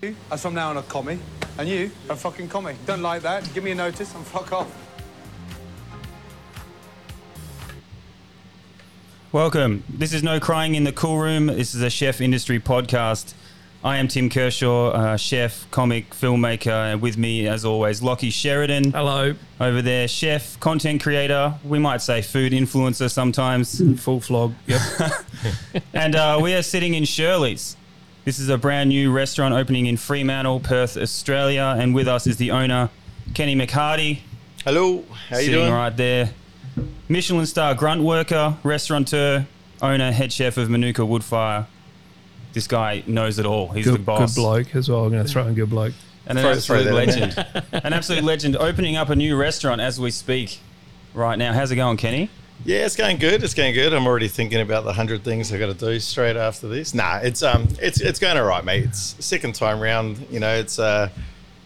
you, as I'm now on a commie, and you are a fucking commie. Don't like that. Give me a notice and fuck off. Welcome. This is No Crying in the Cool Room. This is a chef industry podcast. I am Tim Kershaw, uh, chef, comic, filmmaker, and with me, as always, Lockie Sheridan Hello. over there, chef, content creator. We might say food influencer sometimes. Full flog. Yep. and uh, we are sitting in Shirley's. This is a brand new restaurant opening in Fremantle, Perth, Australia. And with us is the owner, Kenny McHardy, Hello, how you sitting doing? right there. Michelin star grunt worker, restaurateur, owner, head chef of Manuka Woodfire. This guy knows it all. He's the Good, boss. good bloke as well. I'm going to throw in good bloke. And an Throw- absolute throw that in legend. an absolute legend opening up a new restaurant as we speak right now. How's it going, Kenny? Yeah, it's going good. It's going good. I'm already thinking about the hundred things I got to do straight after this. Nah, it's um, it's it's going all right, mate. It's second time round. You know, it's uh,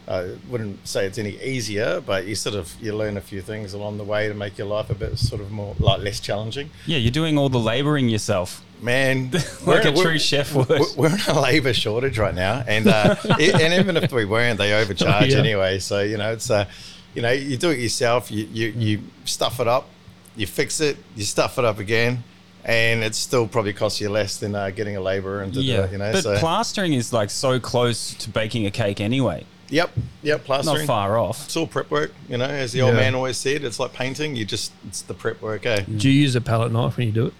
I wouldn't say it's any easier, but you sort of you learn a few things along the way to make your life a bit sort of more like less challenging. Yeah, you're doing all the laboring yourself. Man, Like we're- a we're- true chef would. we're- We're in a labour shortage right now, and uh, e- and even if we weren't, they overcharge Yeah. anyway. So you know, it's uh, you know, you do it yourself. You, you you stuff it up, you fix it, you stuff it up again, and it still probably costs you less than uh, getting a labourer and to do it. You know, but so plastering is like so close to baking a cake anyway. yep, yep, Not plastering. far off. It's all prep work, you know. As the old Yeah. man always said, it's like painting. You just it's the prep work, eh? Do you use a palette knife when you do it?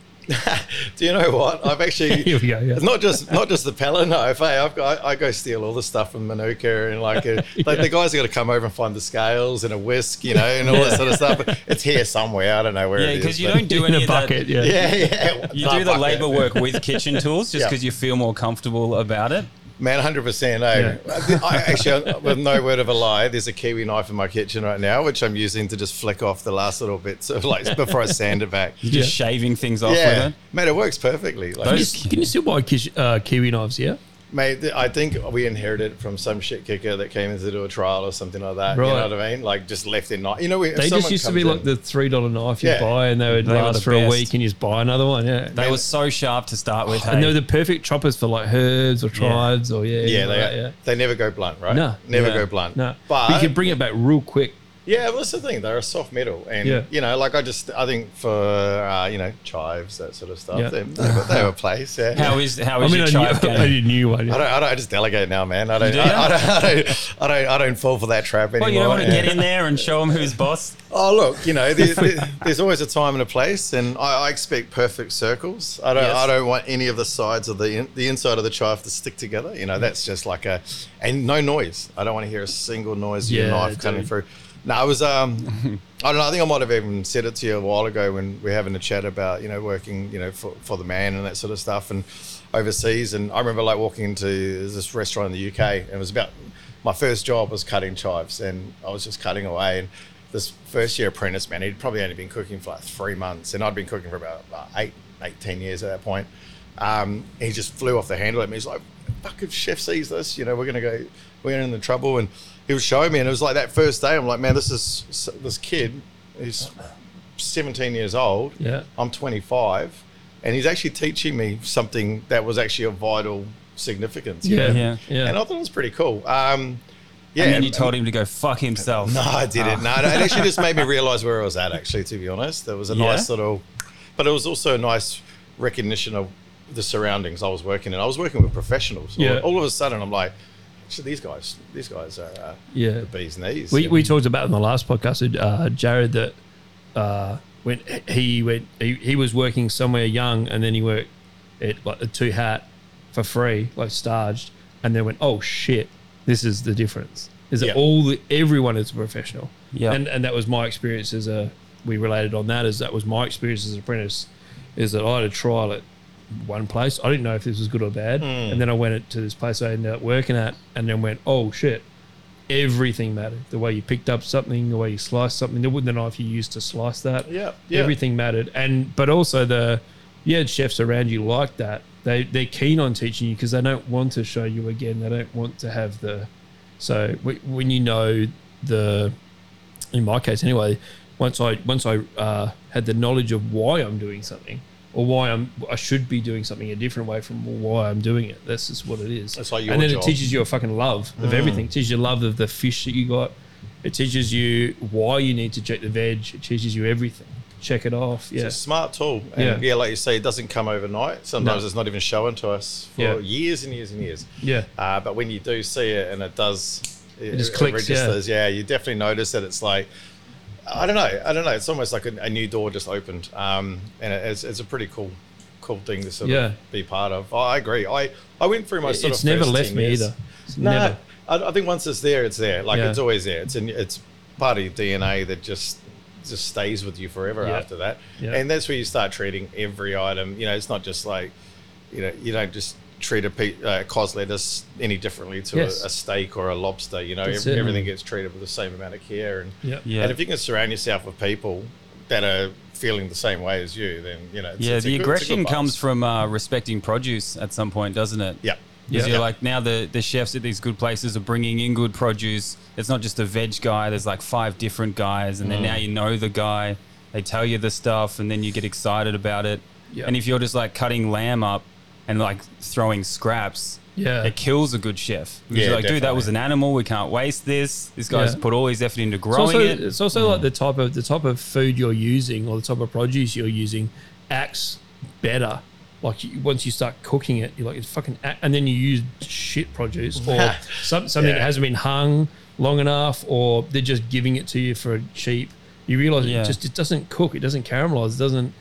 Do you know what? I've actually Here we go, yeah. It's not just not just the palette knife. Hey, I've got, I, I go steal all the stuff from Manuka and like uh like the guys got to come over and find the scales and a whisk, you know, and all that sort of stuff. It's here somewhere. I don't know where. Yeah, it is, because you but- don't do in any a of that- bucket. Yeah. Yeah, yeah. You Nah, do the fuck it. labor work with kitchen tools just Yeah. because you feel more comfortable about it. Man, hundred percent. Eh? I actually, uh, with no word of a lie, there's a kiwi knife in my kitchen right now, which I'm using to just flick off the last little bits of like before I sand it back. You're just shaving things off Yeah, with it. mate, it works perfectly. Like, Can, you, can you still buy kish, uh, kiwi knives? Yeah. Mate, th- I think we inherited it from some shit kicker that came in to do a trial or something like that. You know Right. what I mean? Like just left it not. You know, we, if They someone just used to comes be like in- the three dollar knife you Yeah. buy, and they would They were last the for a best. week, and you just buy another one. Yeah. They were so sharp to start with. and they hey. were the perfect choppers for like herbs or chives or yeah. yeah, anything they, like that, yeah. they never go blunt, right? No. never Yeah. go blunt. No, but, but you can bring it back real quick. yeah, well, that's the thing. They're a soft metal, and Yeah. you know, like I just, I think for uh, you know chives that sort of stuff, Yeah. they, they, have- they have a place. Yeah. how is how I is mean, your I chive knew, I game? knew new one. yeah. I don't, I don't. I just delegate now, man. I don't. do? I, I don't, I don't. I don't. I don't fall for that trap anymore. Well, you don't want to Yeah. get in there and show them who's boss. Oh look, you know, there, there, there's always a time and a place, and I, I expect perfect circles. I don't, Yes. I don't want any of the sides of the in, the inside of the chive to stick together. You know, that's just like a, and no noise. I don't want to hear a single noise of your Yeah, knife cutting dude. through. No, I was, um, I don't know. I think I might have even said it to you a while ago when we are having a chat about you know working, you know, for, for the man and that sort of stuff, and overseas. And I remember like walking into this restaurant in the UK, and it was about my first job was cutting chives, and I was just cutting away and this first year apprentice man he'd probably only been cooking for like three months and i'd been cooking for about like eight eight ten years at that point um, he just flew off the handle at me he's like fuck if chef sees this you know we're gonna go we're gonna into trouble and he was showing me and it was like that first day i'm like man this is this kid he's 17 years old Yeah. i'm 25 and he's actually teaching me something that was actually of vital significance you Yeah, know? yeah, yeah. and i thought it was pretty cool um, yeah and then you told him to go fuck himself. no, I didn't. No, no, it actually just made me realise where I was at. Actually, to be honest, there was a Yeah? nice little, but it was also a nice recognition of the surroundings I was working in. I was working with professionals. All- Yeah. All, of a sudden, I'm like, actually, these guys, these guys are uh, Yeah. the bees knees. We, we talked about in the last podcast, uh, Jared, that uh, when he went, he, he was working somewhere young, and then he worked at like a two hat for free, like starged, and then went, oh shit, this is the difference. Is Yeah. that all the, everyone is a professional? Yeah. and and that was my experience as a. We related on that as that was my experience as an apprentice, is that I had a trial at one place. I didn't know if this was good or bad, and then I went to this place I ended up working at, and then went, oh shit, everything mattered. The way you picked up something, the way you sliced something, the wooden knife you used to slice that. Yeah, yeah. Everything mattered. And but also the you had chefs around you like that. They they're keen on teaching you because they don't want to show you again. They don't want to have the so wh- when you know the in my case anyway, once I once I uh, had the knowledge of why I'm doing something or why I'm I should be doing something a different way from why I'm doing it. That's just what it is. That's like your and then job. it teaches you a fucking love of everything. It teaches you love of the fish that you got. It teaches you why you need to check the veg. It teaches you everything. Check it off. Yeah. It's a smart tool. And yeah. Yeah. like you say, it doesn't come overnight. Sometimes No. it's not even shown to us for Yeah. years and years and years. Yeah. Uh, but when you do see it and it does, it, just clicks, yeah. registers. Yeah. you definitely notice that it's like, I don't know, I don't know. It's almost like a, a new door just opened, um, and it, it's, it's a pretty cool, cool thing to sort Yeah. of be part of. I agree. I I went through my sort it's of never first left 10 me years. either. It's No, never. I, I think once it's there, it's there. Like Yeah. it's always there. It's in, it's part of your DNA that just just stays with you forever Yeah. after that. Yeah. And that's where you start treating every item. You know, it's not just like you know you don't just treat a pe- uh, cos lettuce any differently to Yes. a, a steak or a lobster. You know, That's ev- it. everything gets treated with the same amount of care. And Yeah. Yeah. and if you can surround yourself with people that are feeling the same way as you, then you know. It's, yeah, it's a the good- it's a aggression good comes balance. from uh, respecting produce at some point, doesn't it? Yeah. Because Yeah. you're like, now the, the chefs at these good places are bringing in good produce. It's not just a veg guy, there's like five different guys. Mm. And then now you know the guy. They tell you the stuff, and then you get excited about it. Yeah. And if you're just like cutting lamb up and like throwing scraps, Yeah. it kills a good chef. Because Yeah, you're like, dude, that definitely. was an animal. We can't waste this. This guy's Yeah. put all his effort into It's growing also, it. it's also like the type of the type of food you're using or the type of produce you're using acts better. Like you, once you start cooking it, you're like it's fucking, act, and then you use shit produce or some, something that Yeah. hasn't been hung long enough, or they're just giving it to you for cheap. You realize Yeah. it just it doesn't cook, it doesn't caramelize, it doesn't.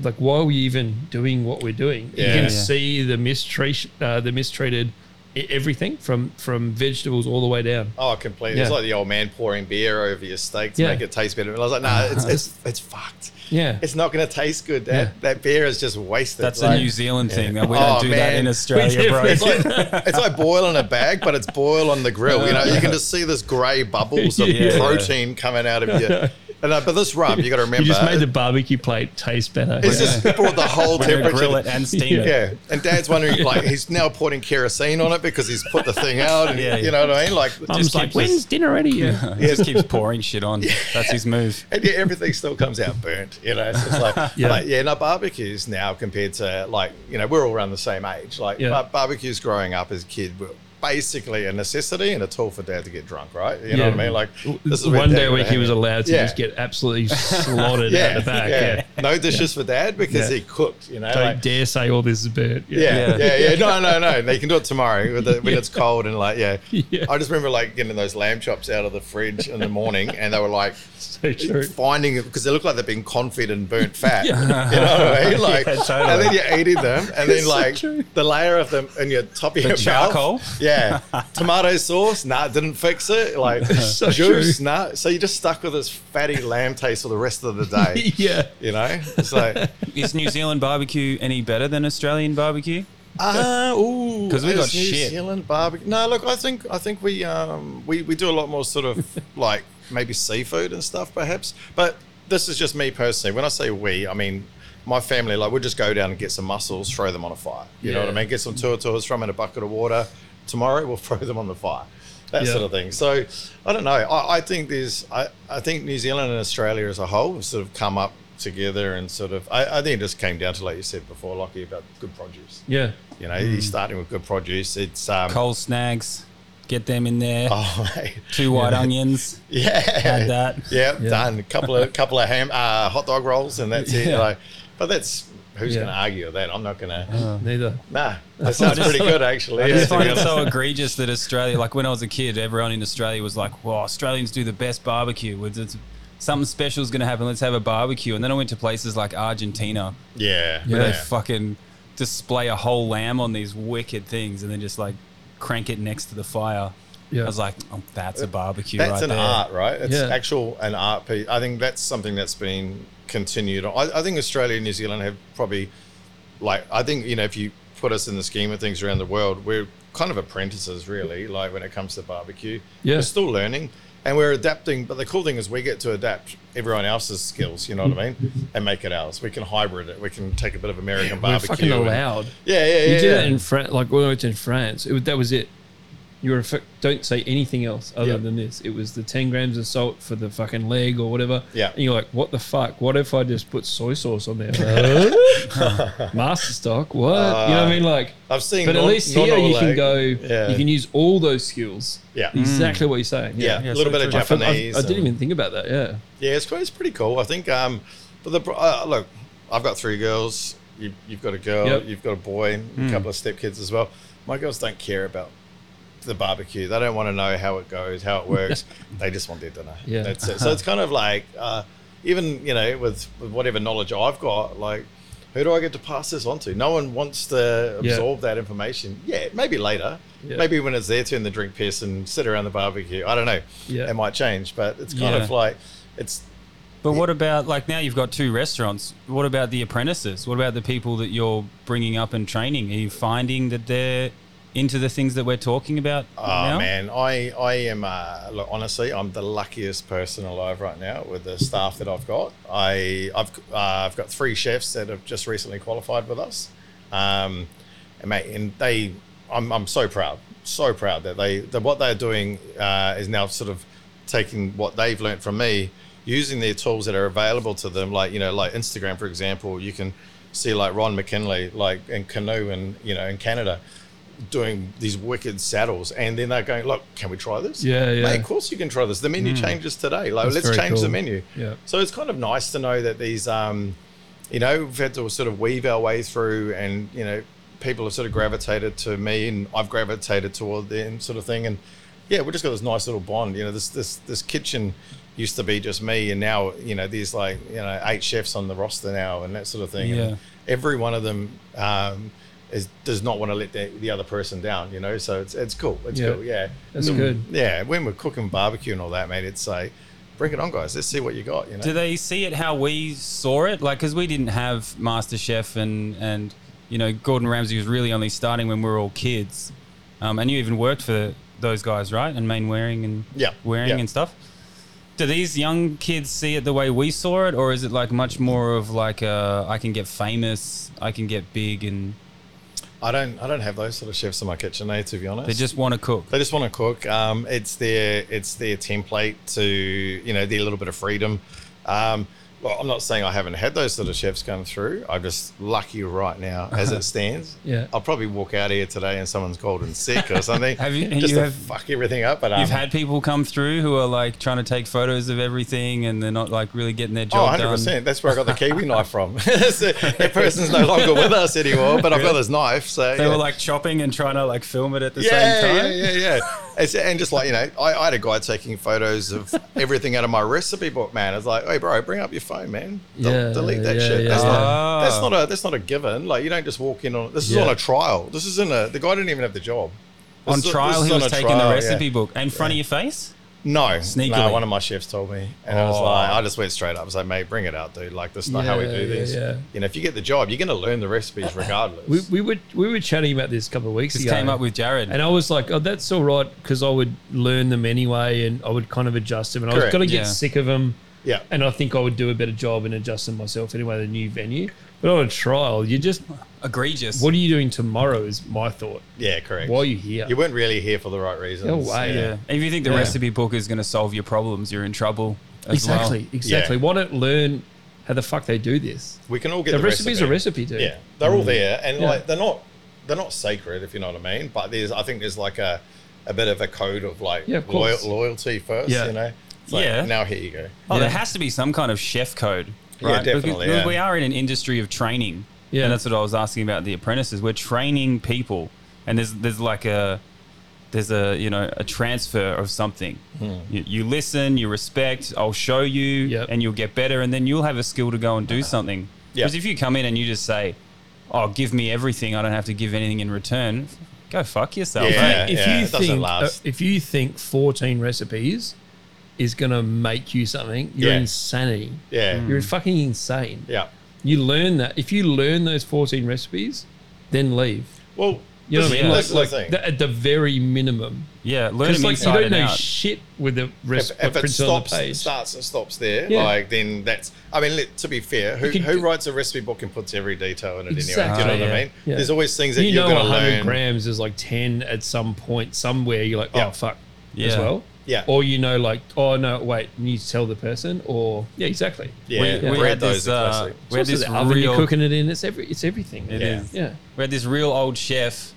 Like why are we even doing what we're doing? You Yeah. can Yeah. see the mistreat, uh, the mistreated e- everything from from vegetables all the way down. Oh, completely. It's Yeah. like the old man pouring beer over your steak to Yeah. Uh-huh. make it taste better. And I was like, no, it's, it's, it's fucked. Yeah. It's not going to taste good. That, Yeah. that beer is just wasted. That's Like, a New Zealand thing. We don't Oh, do that man. in We Australia, bro. It's like, it's like boil in a bag, but it's boil on the grill. You know, you can just see this grey bubbles of Yeah. protein coming out of you. And, uh, but this rub, you got to remember, You just made the barbecue plate taste better. it's just brought the whole We're gonna temperature. grill it and steam it. Yeah, and Dad's wondering like he's now pouring kerosene on it because he's put the thing out, and Yeah, yeah. you know what I mean. Like, Mum's like, keeps when's us- dinner ready? He just keeps pouring shit on. That's his move. and yeah, everything still comes out burnt. You know, it's just like yeah, Yeah. like, yeah. No barbecues now compared to like you know we're all around the same age. Like Yeah. bar- barbecues growing up as a kid were basically a necessity and a tool for dad to get drunk, right? You know Yeah. what I mean? Like this is where One Dad day a would week he hang was out. allowed to Yeah. just get absolutely slotted yeah, out the back. yeah. Yeah. no dishes for dad because Yeah. he cooked. You know, Don't like- dare say all this is burnt. Yeah, Yeah. yeah, yeah. No, no, no. They can do it tomorrow with the, when it's cold and like, yeah. Yeah. I just remember like getting those lamb chops out of the fridge in the morning, and they were like So true. finding it because they look like they've been confit and burnt fat. You know what I mean? Like, Yeah, totally. and then you're eating them, and then so like true. the layer of them in your top of your mouth. charcoal? Yeah, tomato sauce. Nah, didn't fix it. Like So juice. Nah. So you're just stuck with this fatty lamb taste for the rest of the day. Yeah. You know, it's like. Is New Zealand barbecue any better than Australian barbecue? Ah, ooh, 'Cause we got it's New shit. Zealand barbecue. No, look, I think I think we um we, we do a lot more sort of like maybe seafood and stuff, perhaps. But this is just me personally. When I say we, I mean my family. Like we'll just go down and get some mussels, throw them on a fire. You know what I Yeah. mean? Get some tuatures, throw them in a bucket of water. Tomorrow we'll throw them on the fire. That Yeah. sort of thing. So I don't know. I, I think there's I, I think New Zealand and Australia as a whole have sort of come up together and sort of I, I think it just came down to like you said before, Lockie, about good produce. Yeah. You know, you're starting with good produce. It's um, Mm. Cold snags, get them in there. Oh, mate. Two white onions. yeah, Add that. Yeah, done. A couple of couple of ham, uh, hot dog rolls, and that's it. Yeah. Like, but that's who's Yeah. going to argue with that? I'm not going to. Neither. nah, that sounds pretty good actually. Uh-huh. I yeah, just to be find it honest. so egregious that Australia, like when I was a kid, everyone in Australia was like, "Well, Australians do the best barbecue. It's- it's- something special is going to happen. Let's have a barbecue." And then I went to places like Argentina yeah, where yeah. they fucking display a whole lamb on these wicked things and then just like crank it next to the fire. Yeah. I was like, oh, "That's a barbecue That's right an there." art, right? It's Yeah. actual an art piece. I think that's something that's been continued. I, I think Australia and New Zealand have probably, like, I think you know, if you put us in the scheme of things around the world, we're kind of apprentices, really. Like when it comes to barbecue, Yeah. we're still learning and we're adapting. But the cool thing is we get to adapt everyone else's skills. You know what I mean? And make it ours. We can hybrid it. We can take a bit of American We're barbecue. fucking and- allowed. Yeah, yeah, yeah. You did yeah. that in France, like when I went to France, it, was- that was it. You're a fuck- don't say anything else other Yep. than this. It was the ten grams of salt for the fucking leg or whatever. Yeah. and you're like, what the fuck? What if I just put soy sauce on there? Master stock. What? you know what I mean? Like, I've seen. but at Uh, non- least here you non-Olay. can go. Yeah. You can use all those skills. Yeah. Exactly what you're saying. Yeah, Yeah, a little so bit of true. I, felt- I- I Japanese. didn't and- even think about that. Yeah. Yeah, it's quite, it's pretty cool. I think. Um, but the pro- uh, look, I've got three girls. You, you've got a girl. Yep. Hmm. You've got a boy. and A couple of stepkids as well. My girls don't care about the barbecue. They don't want to know how it goes, how it works. they just want their dinner. Yeah. That's it. So it's kind of like, uh, even you know, with, with whatever knowledge I've got, like. Who do I get to pass this on to? No one wants to Yeah. absorb that information. Yeah, maybe later. Yeah. Maybe when it's their turn to drink piss and sit around the barbecue. I don't know. Yeah. It might change, but it's kind Yeah. of like it's But what about like now you've got two restaurants? What about the apprentices? What about the people that you're bringing up and training? Are you finding that they're into the things that we're talking about? Oh now? man, I I am uh, look honestly, I'm the luckiest person alive right now with the staff that I've got. I I've uh, I've got three chefs that have just recently qualified with us, um, and mate, and they I'm I'm so proud, so proud that they that what they're doing uh, is now sort of taking what they've learned from me, using their tools that are available to them, like you know, like Instagram for example, you can see like Ron McKinley, like in canoe and you know in Canada doing these wicked saddles, and then they're going, "Look, can we try this? Yeah, yeah. Mate, of course you can try this. The menu changes today. Like, That's let's very change the cool. menu. Yeah. So it's kind of nice to know that these, um, you know, we've had to sort of weave our way through, and you know, people have sort of gravitated to me, and I've gravitated toward them, sort of thing. And yeah, we just got this nice little bond. You know, this this this kitchen used to be just me, and now you know there's like you know eight chefs on the roster now, and that sort of thing. Yeah. And every one of them. Um, is, does not want to let the, the other person down, you know. So it's it's cool. It's Yeah. cool. Yeah. That's good. Yeah, when we're cooking barbecue and all that, mate, it's like, bring it on, guys. Let's see what you got. You know, Do they see it how we saw it? Like, because we didn't have MasterChef and and you know Gordon Ramsay was really only starting when we were all kids, um, and you even worked for those guys, right? And Main Wearing and Yeah, Wearing yeah. and stuff. Do these young kids see it the way we saw it, or is it like much more of like a, I can get famous, I can get big, and I don't, I don't have those sort of chefs in my kitchen, eh? To be honest, they just want to cook? they just want to cook. Um, it's their, it's their template to, you know, their little bit of freedom. Um, well, I'm not saying I haven't had those sort of chefs come through. I'm just lucky right now, as it stands. Yeah. I'll probably walk out here today and someone's called and sick or something. Have you- Just you to have- fuck everything up. But um, You've had people come through who are like trying to take photos of everything, and they're not like really getting their Oh, job 100 done. percent. That's where I got the kiwi knife from. so that person's no longer with us anymore, but I've got this knife. So They yeah. were like chopping and trying to like film it at the same yeah, time. yeah, yeah, yeah. It's, and just like you know, I, I had a guy taking photos of everything out of my recipe book. Man, it's like, hey, bro, bring up your phone, man. Del- Yeah, delete that yeah, shit. yeah, that's, yeah. Not, that's not a that's not a given. Like you don't just walk in on. This is Yeah. on a trial. This isn't a. The guy didn't even have the job. This on is- trial, this he is on was a taking trial, the yeah. recipe book in front of your face. No, Sneakily. no. One of my chefs told me, and I was Oh. like, I just went straight up. I was like, mate, bring it out, dude. Like this is not how we Yeah, do yeah, this. yeah. You know, if you get the job, you're going to learn the recipes regardless. We, we were we were chatting about this a couple of weeks Just ago. came up with Jared. And I was like, oh, that's all right because I would learn them anyway and I would kind of adjust them. And I was Correct. going to get Yeah. sick of them. yeah, And I think I would do a better job in adjusting myself anyway, the new venue. But on a trial, you just, Egregious. what are you doing tomorrow is my thought. yeah, correct. Why are you here? You weren't really here for the right reasons. No way. yeah. If you think the Yeah. recipe book is going to solve your problems, you're in trouble. As exactly, Well. exactly. Why don't learn how the fuck they do this? We can all get The, the, recipe's a recipe, dude. Yeah, they're all there, and Yeah. like they're not they're not sacred, if you know what I mean. But there's, I think there's like a a bit of a code of like Yeah, of loyal, course. loyalty first. Yeah. You know, It's like, Yeah. Now here you go. Oh, Yeah. there has to be some kind of chef code, Yeah, right? definitely, Because yeah. We are in an industry of training, Yeah. and that's what I was asking about the apprentices. We're training people, and there's there's like a there's a you know a transfer of something. Hmm. You, you listen, you respect. I'll show you, Yep. and you'll get better, and then you'll have a skill to go and do something. Yeah. Because if you come in and you just say, "Oh, give me everything. I don't have to give anything in return," go fuck yourself. Yeah. mate. if yeah, you it doesn't think uh, last. if you think 14 recipes is going to make you something, you're Yeah. insanity. Yeah, You're fucking insane. yeah. You learn that. If you learn those 14 recipes, then leave. Well, You know what I mean? Yeah. That's Like, the like thing. th- at the very minimum, Yeah, learn because them like you inside don't and know out. shit with the If, rest if it printed on the stops, page. starts and stops there, Yeah. like then that's. I mean, let, to be fair, who, You can who do- writes a recipe book and puts every detail in it Exactly. anyway? Do you know Ah, what yeah. I mean? Yeah. There's always things that You you are know, going to 100 learn. grams is like 10 at some point somewhere. You're like, oh Yeah. fuck, as Yeah. well. Yeah. Or you know, like, oh no, wait, you need to tell the person. Or yeah, exactly. Yeah, we, we bread had those this. are Uh, classic. we had It's also this the oven you're real. cooking it in. It's every, it's everything. It Yeah. is. Yeah. We had this real old chef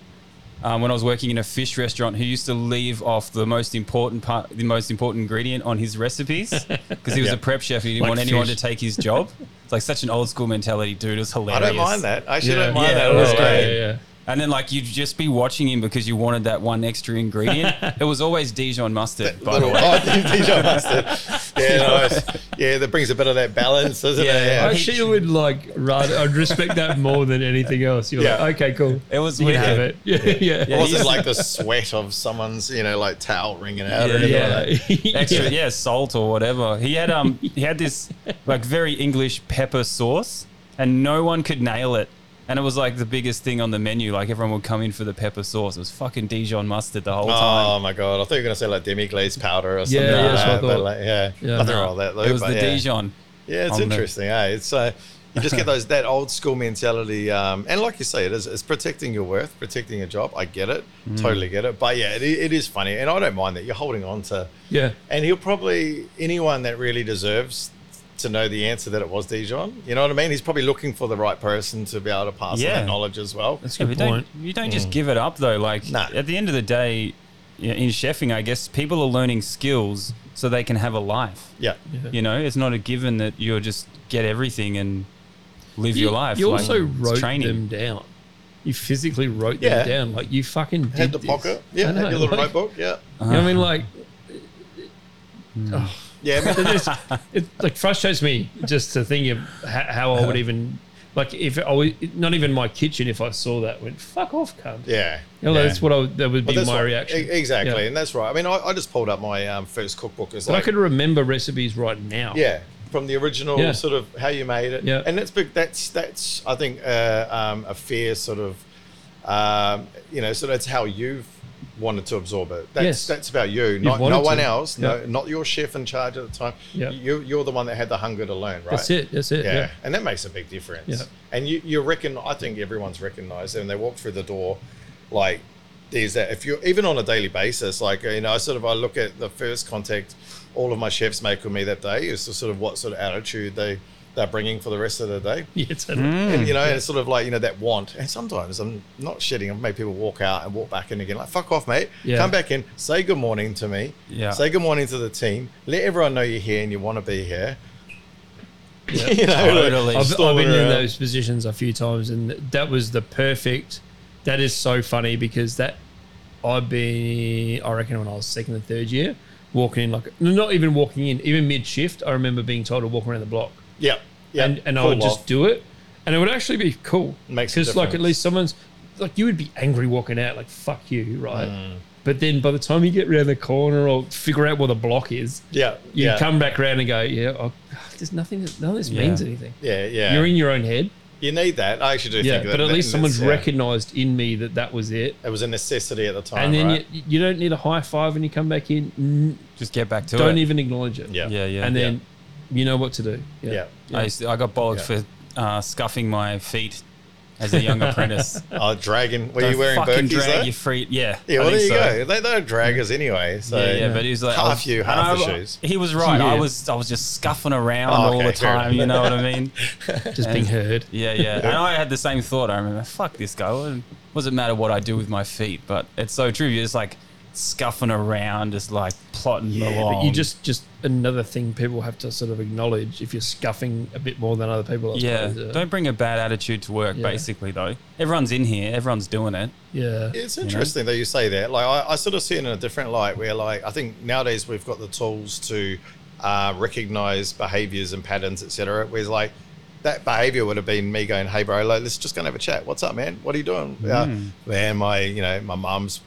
um, when I was working in a fish restaurant who used to leave off the most important part, the most important ingredient on his recipes because he was Yeah. a prep chef. and He didn't Like want anyone to fish. take his job. It's like such an old school mentality, dude. It was I hilarious. don't mind that. I actually Yeah. don't mind Yeah, that. It was yeah, great. Yeah, yeah. And then like you'd just be watching him because you wanted that one extra ingredient. it was always Dijon mustard, by the Little- way. oh, Dijon mustard. Yeah, nice. Yeah, that brings a bit of that balance, doesn't Yeah, it? yeah. I He- actually would like rather. I'd respect that more than anything else. You're Yeah. like, okay, cool. It was you can weird. have it. Yeah, yeah, It yeah. wasn't like the sweat of someone's, you know, like towel wringing out Yeah, or anything yeah. like that. extra yeah. salt or whatever he had um he had this like very english pepper sauce and no one could nail it and it was like the biggest thing on the menu like everyone would come in for the pepper sauce it was fucking dijon mustard the whole time Oh my god! I thought you were gonna say like demi glaze powder or something. yeah, like that's what I that, but thought. like, yeah, Yeah. nothing wrong with that. Though, it was but the yeah. dijon Yeah, it's on the- interesting. eh? it's uh, you just get those that old school mentality, um, and like you say, it is it's protecting your worth, protecting your job. I get it, totally get it. But yeah, it, i- it is funny, and I don't mind that you're holding on to. yeah. And he'll probably anyone that really deserves to know the answer that it was Dijon. You know what I mean? He's probably looking for the right person to be able to pass on Yeah. that knowledge as well. That's a Yeah, good but point. Don't, you don't just give it up though. Like Nah. at the end of the day, you know, in chefing, I guess people are learning skills so they can have a life. Yeah. You know, it's not a given that you'll just get everything and live your life. You Like, also it's wrote them down. You physically wrote Yeah. them down. Like you fucking did Had the this. pocket. I Yeah. know, Had your little like- notebook. Yeah. You know what I Uh-huh. mean? Like Yeah. I mean, it, is- it like frustrates me just to think of how, how I would even like if I was not even my kitchen if I saw that went fuck off cunt. yeah. You know, yeah. that's what I would, that would But be that's my what- reaction. e- Exactly. Yeah. And that's right. I mean, I, I just pulled up my um, first cookbook. It's But I like, could remember recipes right now. yeah, from the original Yeah. sort of how you made it. Yeah. And that's big. That's, that's I think, uh, um, a fair sort of, um, you know, so that's how you've wanted to absorb it. That's, Yes. that's about you, not, wanted no one to. else, Yeah. no, not your chef in charge at the time. Yeah. You, you're the one that had the hunger to learn, right? That's it. That's it. Yeah. Yeah. and that makes a big difference. Yeah. And you, you reckon, I think everyone's recognized when they walk through the door, like there's that. If you're even on a daily basis, like, you know, I sort of, I look at the first contact all of my chefs make with me that day is to sort of what sort of attitude they, they're bringing for the rest of the day. Yeah, totally. And, you know, and it's sort of like, you know, that want. And sometimes I'm not shitting. I've made people walk out and walk back in again. Like, fuck off, mate. Yeah. Come back in. Say good morning to me. Yeah. Say good morning to the team. Let everyone know you're here and you want to be here. you know, like, Totally. I've, I've storming been in around. those positions a few times, and that was the perfect. That is so funny because that I've been, I reckon, when I was second and third year, walking in like not even walking in, even mid shift. I remember being told to walk around the block, Yeah. Yeah. and and I Cool would off. just do it, and it would actually be cool Makes a because like at difference. least someone's like you would be angry walking out, like fuck you, right? Mm. But then by the time you get round the corner or figure out where the block is, Yeah. you yeah. come back round and go, yeah, oh, there's nothing, none of this Yeah. means anything. Yeah. Yeah. You're in your own head. you need that. I actually do Yeah, think that. but at that- least that's- someone's yeah. recognised in me that that was it. It was a necessity at the time. And then right? you, you don't need a high five when you come back in. N- Just get back to it. Don't even acknowledge it. Yeah. Yeah, yeah. And then you know what to do. Yeah. Yeah. I, used to, I got bollocked Yeah. for uh, scuffing my feet as a young apprentice. Oh, dragon. Were you Don't wearing fucking burkies drag though? your feet. Yeah. yeah, I well, there think you so. go. They, they're draggers anyway. So Yeah, yeah, but he was like I half was- you, and half the I- shoes. He was right. I Yeah. was I was just scuffing around Oh, all okay, the fair time. enough. You know what I mean? Just being heard. Yeah, yeah. And I had the same thought. I remember, fuck this guy. What doesn't matter what I do with my feet, but it's so true. You're just like scuffing around, just like plotting along. Um, But you just, just another thing people have to sort of acknowledge if you're scuffing a bit more than other people. I yeah. suppose, uh, Don't bring a bad attitude to work. Yeah. Basically, though, everyone's in here. Everyone's doing it. Yeah. It's interesting that you say that. Like, I, I sort of see it in a different light where, like, I think nowadays we've got the tools to uh, recognize behaviors and patterns, etc. Whereas, like, that behavior would have been me going, "Hey, bro, like, let's just go and have a chat. What's up, man? What are you doing? Uh, man, my, you know, my mum's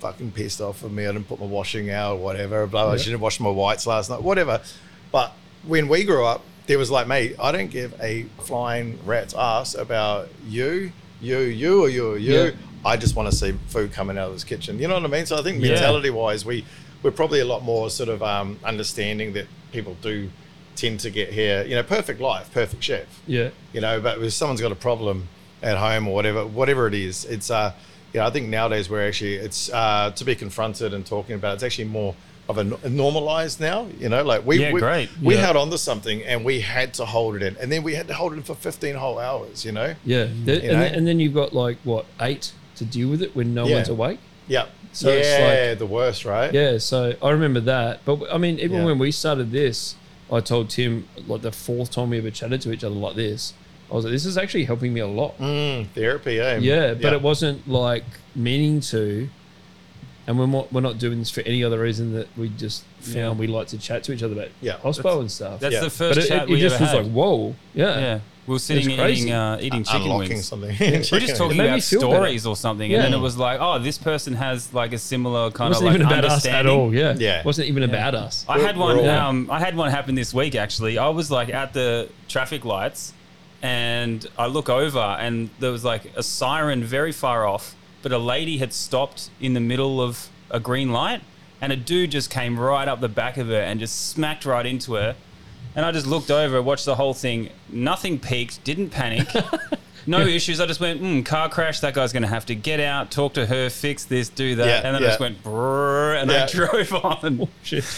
fucking pissed off with me. I didn't put my washing out or whatever. Blah, blah. She didn't wash my whites last night. Whatever. But when we grew up, there was like, mate, I don't give a flying rat's ass about you, you, you, or you, or you. Yeah. I just want to see food coming out of this kitchen. You know what I mean? So I think Yeah. mentality wise, we we're probably a lot more sort of um, understanding that people do tend to get here. You know, perfect life, perfect chef Yeah. you know. But if someone's got a problem at home or whatever, whatever it is, it's uh, you know, I think nowadays we're actually it's uh, to be confronted and talking about. It's actually more of a, normalized now, you know. Like we Yeah, we, great. we Yeah. held on to something and we had to hold it in, and then we had to hold it in for fifteen whole hours, you know. Yeah. The- and, know? then, and then you've got like what eight to deal with it when no Yeah. one's awake. Yeah. So yeah, it's the worst, right? Yeah. So I remember that. But I mean, even Yeah. when we started this, I told Tim like the fourth time we ever chatted to each other like this. I was like, this is actually helping me a lot. Mm, therapy, eh? Yeah, but it wasn't like meaning to. And we're not, we're not doing this for any other reason that we just found Yeah. we like to chat to each other about Yeah. hospo and stuff. That's Yeah. the but first it, chat it, we it just ever was had. like, whoa, yeah, yeah, we were sitting It's crazy. eating uh, eating chicken unlocking wings. something. We're just talking It made me about feel better. stories or something, Yeah. and then it was like, oh, this person has like a similar It kind wasn't of like even about us understanding. at all. Yeah, Yeah. It wasn't even about us. I had We're- we're one. all- Um, I had one happen this week. Actually, I was like at the traffic lights, and I look over, and there was like a siren very far off, but a lady had stopped in the middle of a green light, and a dude just came right up the back of her and just smacked right into her, and I just looked over, watched the whole thing. Nothing peaked. Didn't panic. No issues. I just went, mm, car crash. That guy's going to have to get out, talk to her, fix this, do that. Yeah, and then I yeah. just went, brrr, and Yeah. I drove on.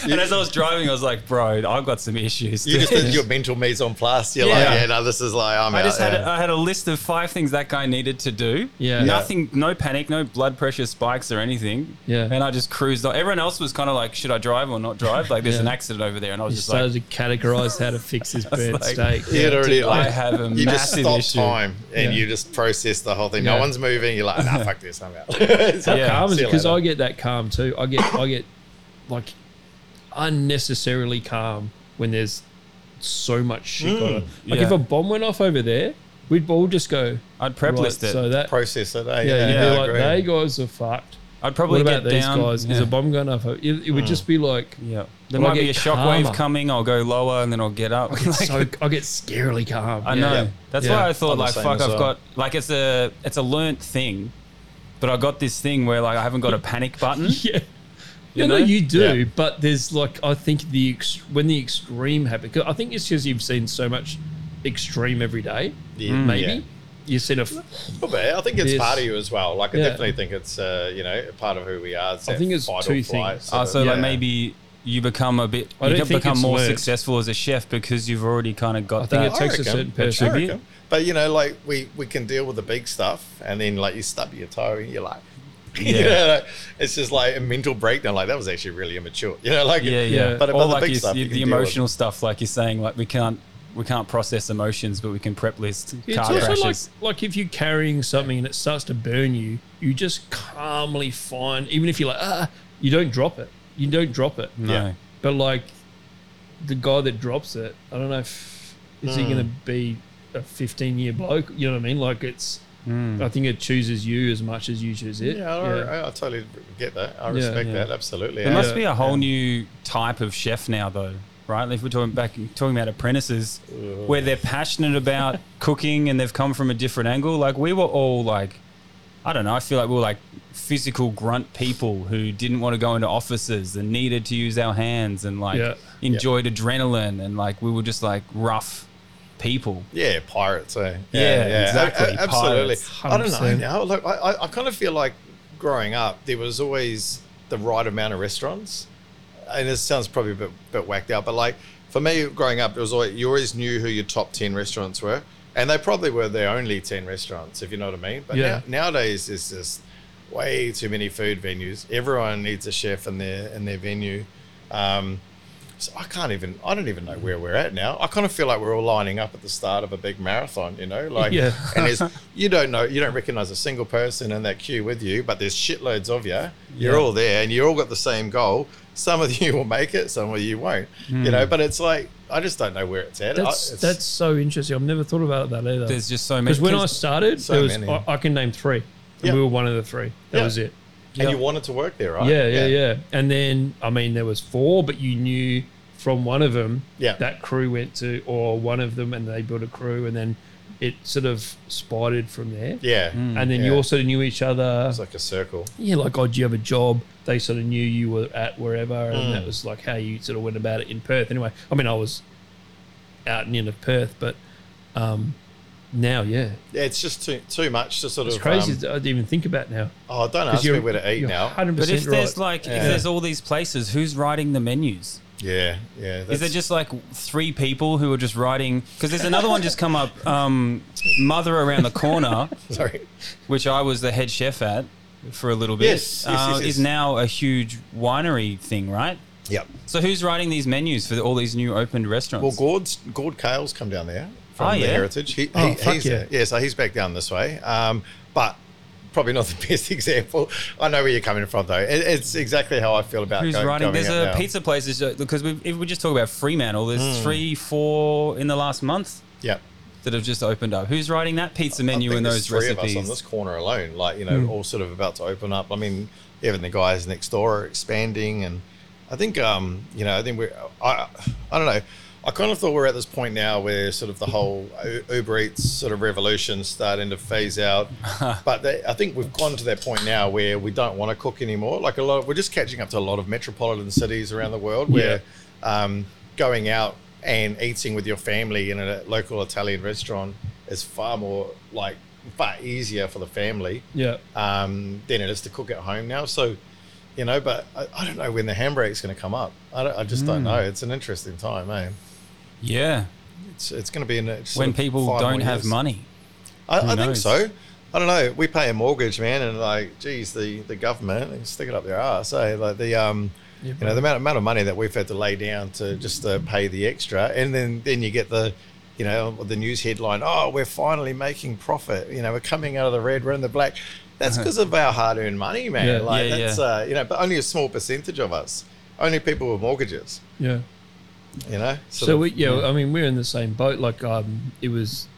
And as I was driving, I was like, bro, I've got some issues. You just did your mental mise en place. You're like, Yeah. yeah, no, this is like, I'm I out. just had yeah. a, I had a list of five things that guy needed to do. Yeah. Nothing, no panic, no blood pressure spikes or anything. Yeah. And I just cruised on. Everyone else was kind of like, should I drive or not drive? Like, there's Yeah. an accident over there. And I was You just started like, to categorize how to fix this burnt like- steak. You'd already I like, have a you just massive stop issue. time and Yeah. you just process the whole thing. Yeah. No one's moving. You're like, nah, fuck this, I'm out. It's like, Yeah. calm See you because later. I get that calm too. I get I get like unnecessarily calm when there's so much shit going on. Like Mm, yeah. if a bomb went off over there, we'd all just go I'd prep right, list it. So that Process it. eh? yeah, you'd I be like agree. they guys are fucked. I'd probably what about get these down. guys? Is Yeah. Mm. a bomb going off? It, it would just be like Yeah. There Well, I might be a get shockwave calmer. coming. I'll go lower and then I'll get up. Like, so. I get scarily calm. I know. Yeah. That's Yeah. why I I'm thought the like same fuck as I've well. got like it's a it's a learnt thing. But I got this thing where like I haven't got a panic button. Yeah. No, no, know? you do, Yeah. but there's like I think the ex- when the extreme happens. 'cause I think it's because you've seen so much extreme every day. Yeah, maybe yeah. you've seen a. f- But I think it's This- part of you as well. Like, I Yeah. definitely think it's, uh, you know, part of who we are. It's I that think it's fight or two flight things. Uh, Ah, sort of- so like yeah. maybe you become a bit I don't you think become it's more learnt. successful as a chef because you've already kind of got I think that. it takes a reckon. certain I person. I reckon. But, you know, like, we, we can deal with the big stuff and then, like, you stub your toe and you're like, you Yeah. know, like, it's just like a mental breakdown. Like, that was actually really immature. You know, like, yeah, yeah. Yeah. But, or but the like big you, stuff, you- you can the deal with. emotional stuff, like you're saying, like we can't we can't process emotions, but we can prep list It's car also crashes. like like if you're carrying something and it starts to burn you, you just calmly find even if you're like ah, you don't drop it. You don't drop it. no. Yeah. But like the guy that drops it, I don't know if is he going to be a 15 year bloke. You know what I mean? Like it's, I think it chooses you as much as you choose it. Yeah, I, I, I totally get that. I respect yeah. that absolutely. There Yeah. must be a whole new type of chef now, though, right? If we're talking back, talking about apprentices, where they're passionate about cooking and they've come from a different angle. Like we were all like, I don't know. I feel like we were like physical grunt people who didn't want to go into offices and needed to use our hands and like Yeah. enjoyed adrenaline and like we were just like rough people. Yeah, pirates. Eh? Yeah, exactly, A- a- absolutely. pirates, I don't know 100%. now. Look, I, I, I kind of feel like growing up, there was always the right amount of restaurants. And this sounds probably a bit, bit whacked out, but like for me, growing up, it was always, you always knew who your top 10 restaurants were. And they probably were the only 10 restaurants, if you know what I mean. But Yeah. now, nowadays, it's just way too many food venues. Everyone needs a chef in their, in their venue. Um, so I can't even. I don't even know where we're at now. I kind of feel like we're all lining up at the start of a big marathon. You know, like Yeah. and there's you don't know, you don't recognize a single person in that queue with you, but there's shitloads of you. You're all there, and you all got the same goal. Some of you will make it, some of you won't. You know, but it's like I just don't know where it's at. I- Hmm. That's it's- that's so interesting. I've never thought about that either. There's just so many. Because when I started, So there was many. I, I can name three. And Yeah. We were one of the three. That Yeah. was it. and you wanted to work there, right? Yeah, yeah, yeah, And then I mean, there was four, but you knew from one of them Yeah. that crew went to, or one of them, and they built a crew, and then it sort of spidered from there. Yeah. Hmm. And then Yeah. you all sort of knew each other. It's like a circle. yeah, like, oh, do you have a job? They sort of knew you were at wherever, and Mm. that was like how you sort of went about it in Perth. Anyway, I mean, I was out and in of Perth, but um, now, yeah, Yeah, it's just too too much to sort it's of. crazy. um, that I didn't even think about now. oh, don't 'Cause ask me where to eat you're now. 100% But if there's right. like if Yeah. there's all these places, who's writing the menus? Yeah, yeah. Is there that's- just like three people who are just writing? Because there's another one just come up, um, Mother Around the Corner, sorry? which I was the head chef at for a little bit. Yes, yes, yes, uh, yes. is now a huge winery thing, right? Yep. So who's writing these menus for the, all these new opened Well, restaurants? Gord's Gord Kale's come down there from Oh, the yeah? Heritage. He, Oh, he, fuck he's yeah. there. Yeah, so he's back down this way. Um, but probably not the best example. I know where you're coming from though. It, it's exactly how I feel about Who's go- writing? going There's out a now. Hmm. pizza place is- because we if we just talk about Fremantle, there's three, four in the last month Yep. that have just opened up. Who's writing that pizza I menu think and those there's three recipes? of us on this corner alone, like you know, all sort of about to open up. I mean, even the guys next door are expanding, and I think um, you know, I think we, I, I don't know, I kind of thought we're at this point now where sort of the whole U- Uber Eats sort of revolution starting to phase out, but they, I think we've gone to that point now where we don't want to cook anymore. Like a lot, we're just catching up to a lot of metropolitan cities around the world where um, going out and eating with your family in a local Italian restaurant is far more like far easier for the family yeah, um, than it is to cook at home now. So, you know, but I, I don't know when the handbrake's going to come up. I, don't, I just don't Hmm. know. It's an interesting time, eh? yeah, It's it's going to be in a- sort when of people five more don't have years. money. I, I think knows? so. I don't know. We pay a mortgage, man, and like, geez, the, the government they stick it up their ass. eh? like the um, you know, the amount, amount of money that we've had to lay down to just uh, pay the extra, and then then you get the, you know, the news headline. Oh, we're finally making profit. You know, we're coming out of the red, we're in the black. That's because of our hard earned money, man. Uh-huh. Yeah. like Yeah, that's yeah. Uh, you know, but only a small percentage of us. Only people with mortgages. yeah. You know. Sort So of- we, yeah, I mean, we're in the same boat. Like, um, it was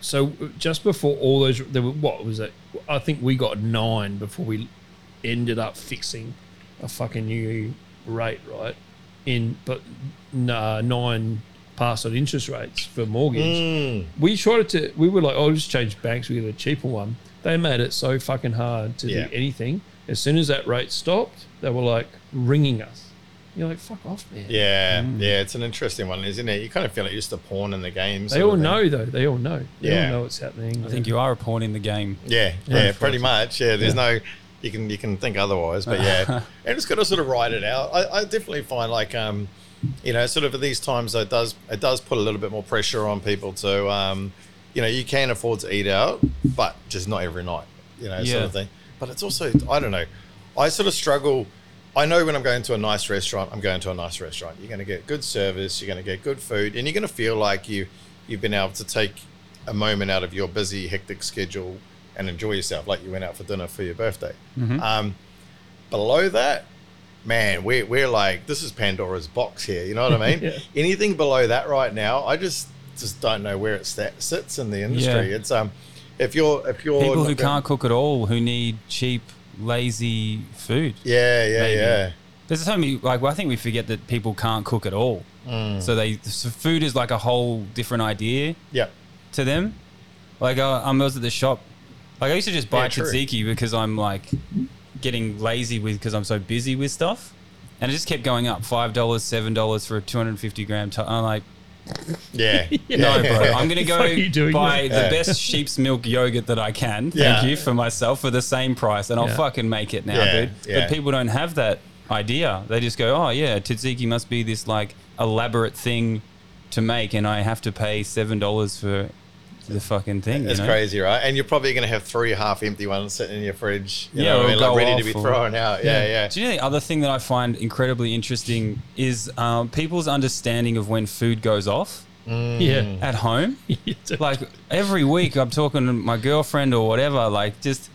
so just before all those. There were what was it? I think we got nine before we ended up fixing a fucking new rate, right? In but nah, nine passed on interest rates for mortgage. Mm. We tried to. We were like, oh, just change banks. We get a cheaper one. They made it so fucking hard to Yeah. do anything. As soon as that rate stopped, they were like ringing us. You're like, fuck off, man. Yeah, Mm. yeah, it's an interesting one, isn't it? You kind of feel like you're just a pawn in the game. They sort of all thing. know, though. They all know. They Yeah. all know it's happening. I think you are a pawn in the game. Yeah, yeah, pretty much. Yeah, there's no you can you can think otherwise, but yeah, and it's got to sort of ride it out. I, I definitely find like um, you know, sort of at these times though, it does it does put a little bit more pressure on people to um, you know, you can afford to eat out, but just not every night, you know, sort Yeah. of thing. But it's also I don't know, I sort of struggle. I know when I'm going to a nice restaurant, I'm going to a nice restaurant. You're going to get good service, you're going to get good food, and you're going to feel like you you've been able to take a moment out of your busy, hectic schedule and enjoy yourself, like you went out for dinner for your birthday. Mm-hmm. Um, below that, man, we're, we're like, this is Pandora's box here. You know what I mean? Yeah. Anything below that right now, I just just don't know where it sta- sits in the industry. Yeah. It's um, if you're if you're People not who gonna- can't cook at all, who need cheap, lazy food. yeah, yeah, Maybe. yeah, There's so many. Like, well, I think we forget that people can't cook at all. Mm. So they so food is like a whole different idea yeah, to them. Like, uh, I was at the shop. Like, I used to just buy Yeah, true. tzatziki because I'm like getting lazy with because I'm so busy with stuff, and it just kept going up five dollars, seven dollars for a 250 gram. i I'm like, yeah, yeah. No, bro. I'm gonna What are you go doing buy here? the Yeah. best sheep's milk yogurt that I can. Thank Yeah. you for myself for the same price, and I'll Yeah. fucking make it now, Yeah, dude. yeah. But people don't have that idea. They just go, "Oh yeah, tzatziki must be this like elaborate thing to make, and I have to pay seven dollars for the fucking thing." It's you know? crazy, right? And you're probably going to have three half-empty ones sitting in your fridge, you Yeah, know, what I or mean? like go ready to off be or- thrown out. Yeah, yeah. Do you know the other thing that I find incredibly interesting is um, people's understanding of when food goes off Yeah. at home. It's a- Mm. like every week I'm talking to my girlfriend or whatever, like just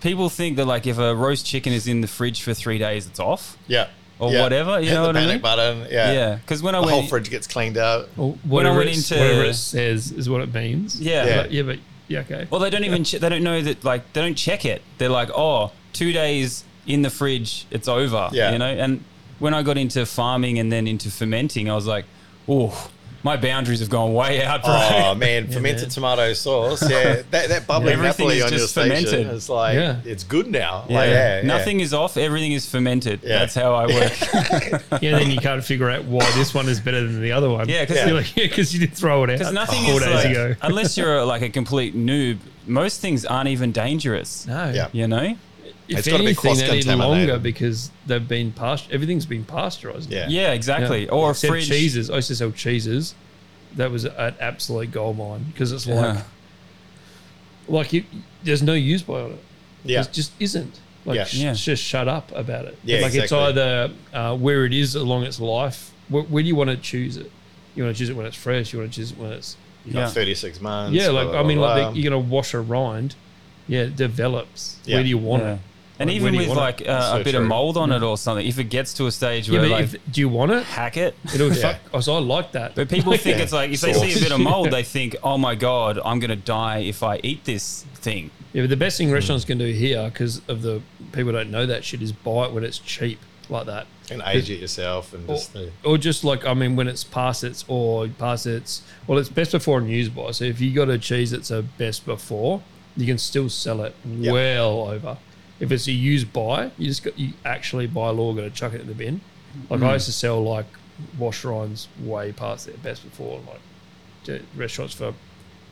people think that like if a roast chicken is in the fridge for three days, it's off. Yeah. Or Yeah. whatever, you Hit know the what I panic mean? button. Yeah. Yeah. Because when I The whole went, fridge gets cleaned out. or I whatever, went it's, into- whatever it says is what it means. yeah. Yeah. But, yeah, but yeah, okay. Well, they don't even, che- they don't know that, like, they don't check it. They're like, oh, two days in the fridge, it's over. Yeah. You know? And when I got into farming and then into fermenting, I was like, oh, my boundaries have gone way out, bro. Oh man, fermented man. tomato sauce. Yeah, that, that bubbly Everything napoli is on your just station fermented. is like Yeah. it's good now. Yeah, like, yeah, yeah. Nothing is off. Everything is fermented. Yeah. That's how I work. Yeah, then you can't figure out why this one is better than the other one. Yeah, 'cause- because you did throw it out Because nothing four is days like, ago. unless you're like a complete noob, most things aren't even dangerous. No, Yeah. You know? If It's gotta be anything, they need cross-contaminated. longer because they've been past. Everything's been pasteurized. Yeah. Yeah, exactly. Yeah. Or a Except fridge. cheeses. I used to sell cheeses. That was an absolute gold mine because it's like Yeah. like you, there's no use by on it. Yeah. It just isn't. Like, Yeah. sh- Yeah. just shut up about it. Yeah, like it's exactly. either uh, where it is along its life. Wh- where do you want to choose it? You want to choose it when it's fresh. You want to choose it when it's You got Yeah. 36 months. yeah. blah, Like blah, I mean, blah, like blah. the, you're gonna wash a rind. Yeah, it develops. Yeah. Where do you want Yeah. it? And Like, where even do you with want it? like uh, So a bit true. of mold on it or something, if it gets to a stage Yeah, where but like if, do you want it? hack it. It'll Yeah. fuck. I, so I like that. But people think Yeah. it's like if they Sauce. see a bit of mold, they think, "Oh my god, I'm gonna die if I eat this thing." Yeah, but the best thing restaurants can do here, because of the people don't know that shit, is buy it when it's cheap like that, and age it yourself and or, just uh, or just like I mean, when it's past its or past its well, it's best before and used by. So if you got a cheese that's a best before, you can still sell it Yeah. well over. If it's a used buy, you just got you actually by law got to chuck it in the bin. Like Mm. I used to sell like wash rinds way past their best before, like to restaurants for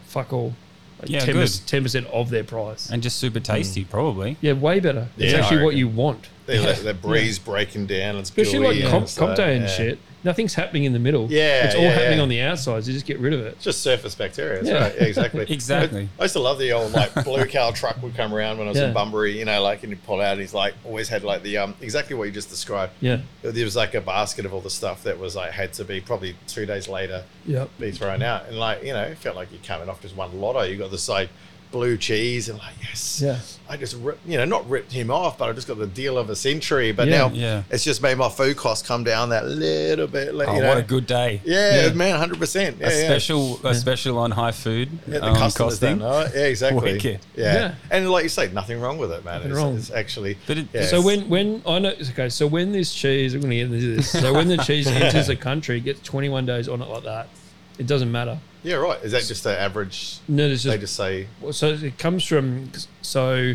fuck all, like Yeah, good. 10 percent of their price. And just Hmm. super tasty, probably. Yeah, way better. It's Yeah, I actually what reckon. you want. they let the breeze breaking down. It's Especially gooey like and comp, it's comp day and yeah. shit. Nothing's happening in the middle. Yeah, It's all yeah, happening yeah. on the outsides. You just get rid of it. It's just surface bacteria. That's Yeah. right. Yeah, exactly. Exactly. I, I used to love the old like blue cow truck would come around when I was Yeah. in Bunbury, you know, like and you pull out. He's like always had like the um exactly what you just described. Yeah. There was like a basket of all the stuff that was like had to be probably two days later Yep. be thrown out, and like you know, it felt like you're coming off just one lotto. You got this like blue cheese, and like yes, Yeah. I just rip, you know not ripped him off, but I just got the deal of a century. But Yeah. now Yeah. it's just made my food costs come down that little bit. Like, Oh, you know, what a good day! yeah, Yeah. man, hundred percent. Yeah, a yeah. special, a special on high food. Yeah, the um, customers costing. don't know it. Yeah, exactly. Wicked. Yeah. Yeah. and like you say, nothing wrong with it, man. Nothing It's, wrong. it's actually. But it- yeah. So when when I know okay, so when this cheese, I'm going to get into this. So when the cheese enters the country, it gets 21 days on it like that. It doesn't matter. yeah, right. Is that just the average? No, it's They just just say Well, so it comes from so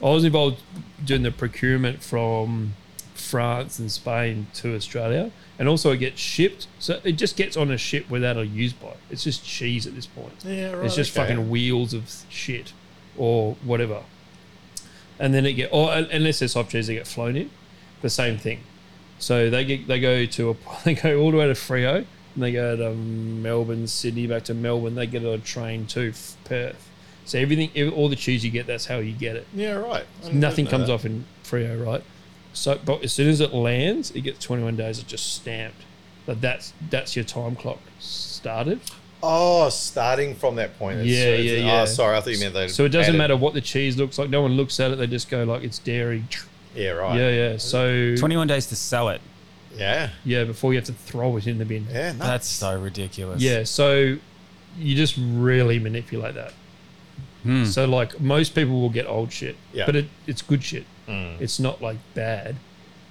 I was involved doing the procurement from France and Spain to Australia, and also it gets shipped. So it just gets on a ship without a use by. It's just cheese at this point. Yeah, right, It's just okay. fucking wheels of shit or whatever. And then it get or un- unless they're soft cheese, they get flown in. The same thing. So they get they go to a they go all the way to Frio and they go to Melbourne, Sydney, back to Melbourne. They get on a train to F- Perth. So everything, ev- all the cheese you get, that's how you get it. yeah, right. I didn't Nothing know comes that. off in Frio, right? So, but as soon as it lands, it gets 21 days of just stamped. But that's that's your time clock started. Oh, starting from that point. It's- Yeah, it's- yeah, yeah. Oh, sorry, I thought you meant they. So it doesn't added- matter what the cheese looks like. No one looks at it. They just go like it's dairy. Yeah, right. Yeah, Yeah, yeah. So Twenty-one days to sell it. yeah, yeah, before you have to throw it in the bin. yeah. no. That's so ridiculous. Yeah, so you just really manipulate that. Hmm. So like most people will get old shit, Yeah. but it, it's good shit. It's not like bad.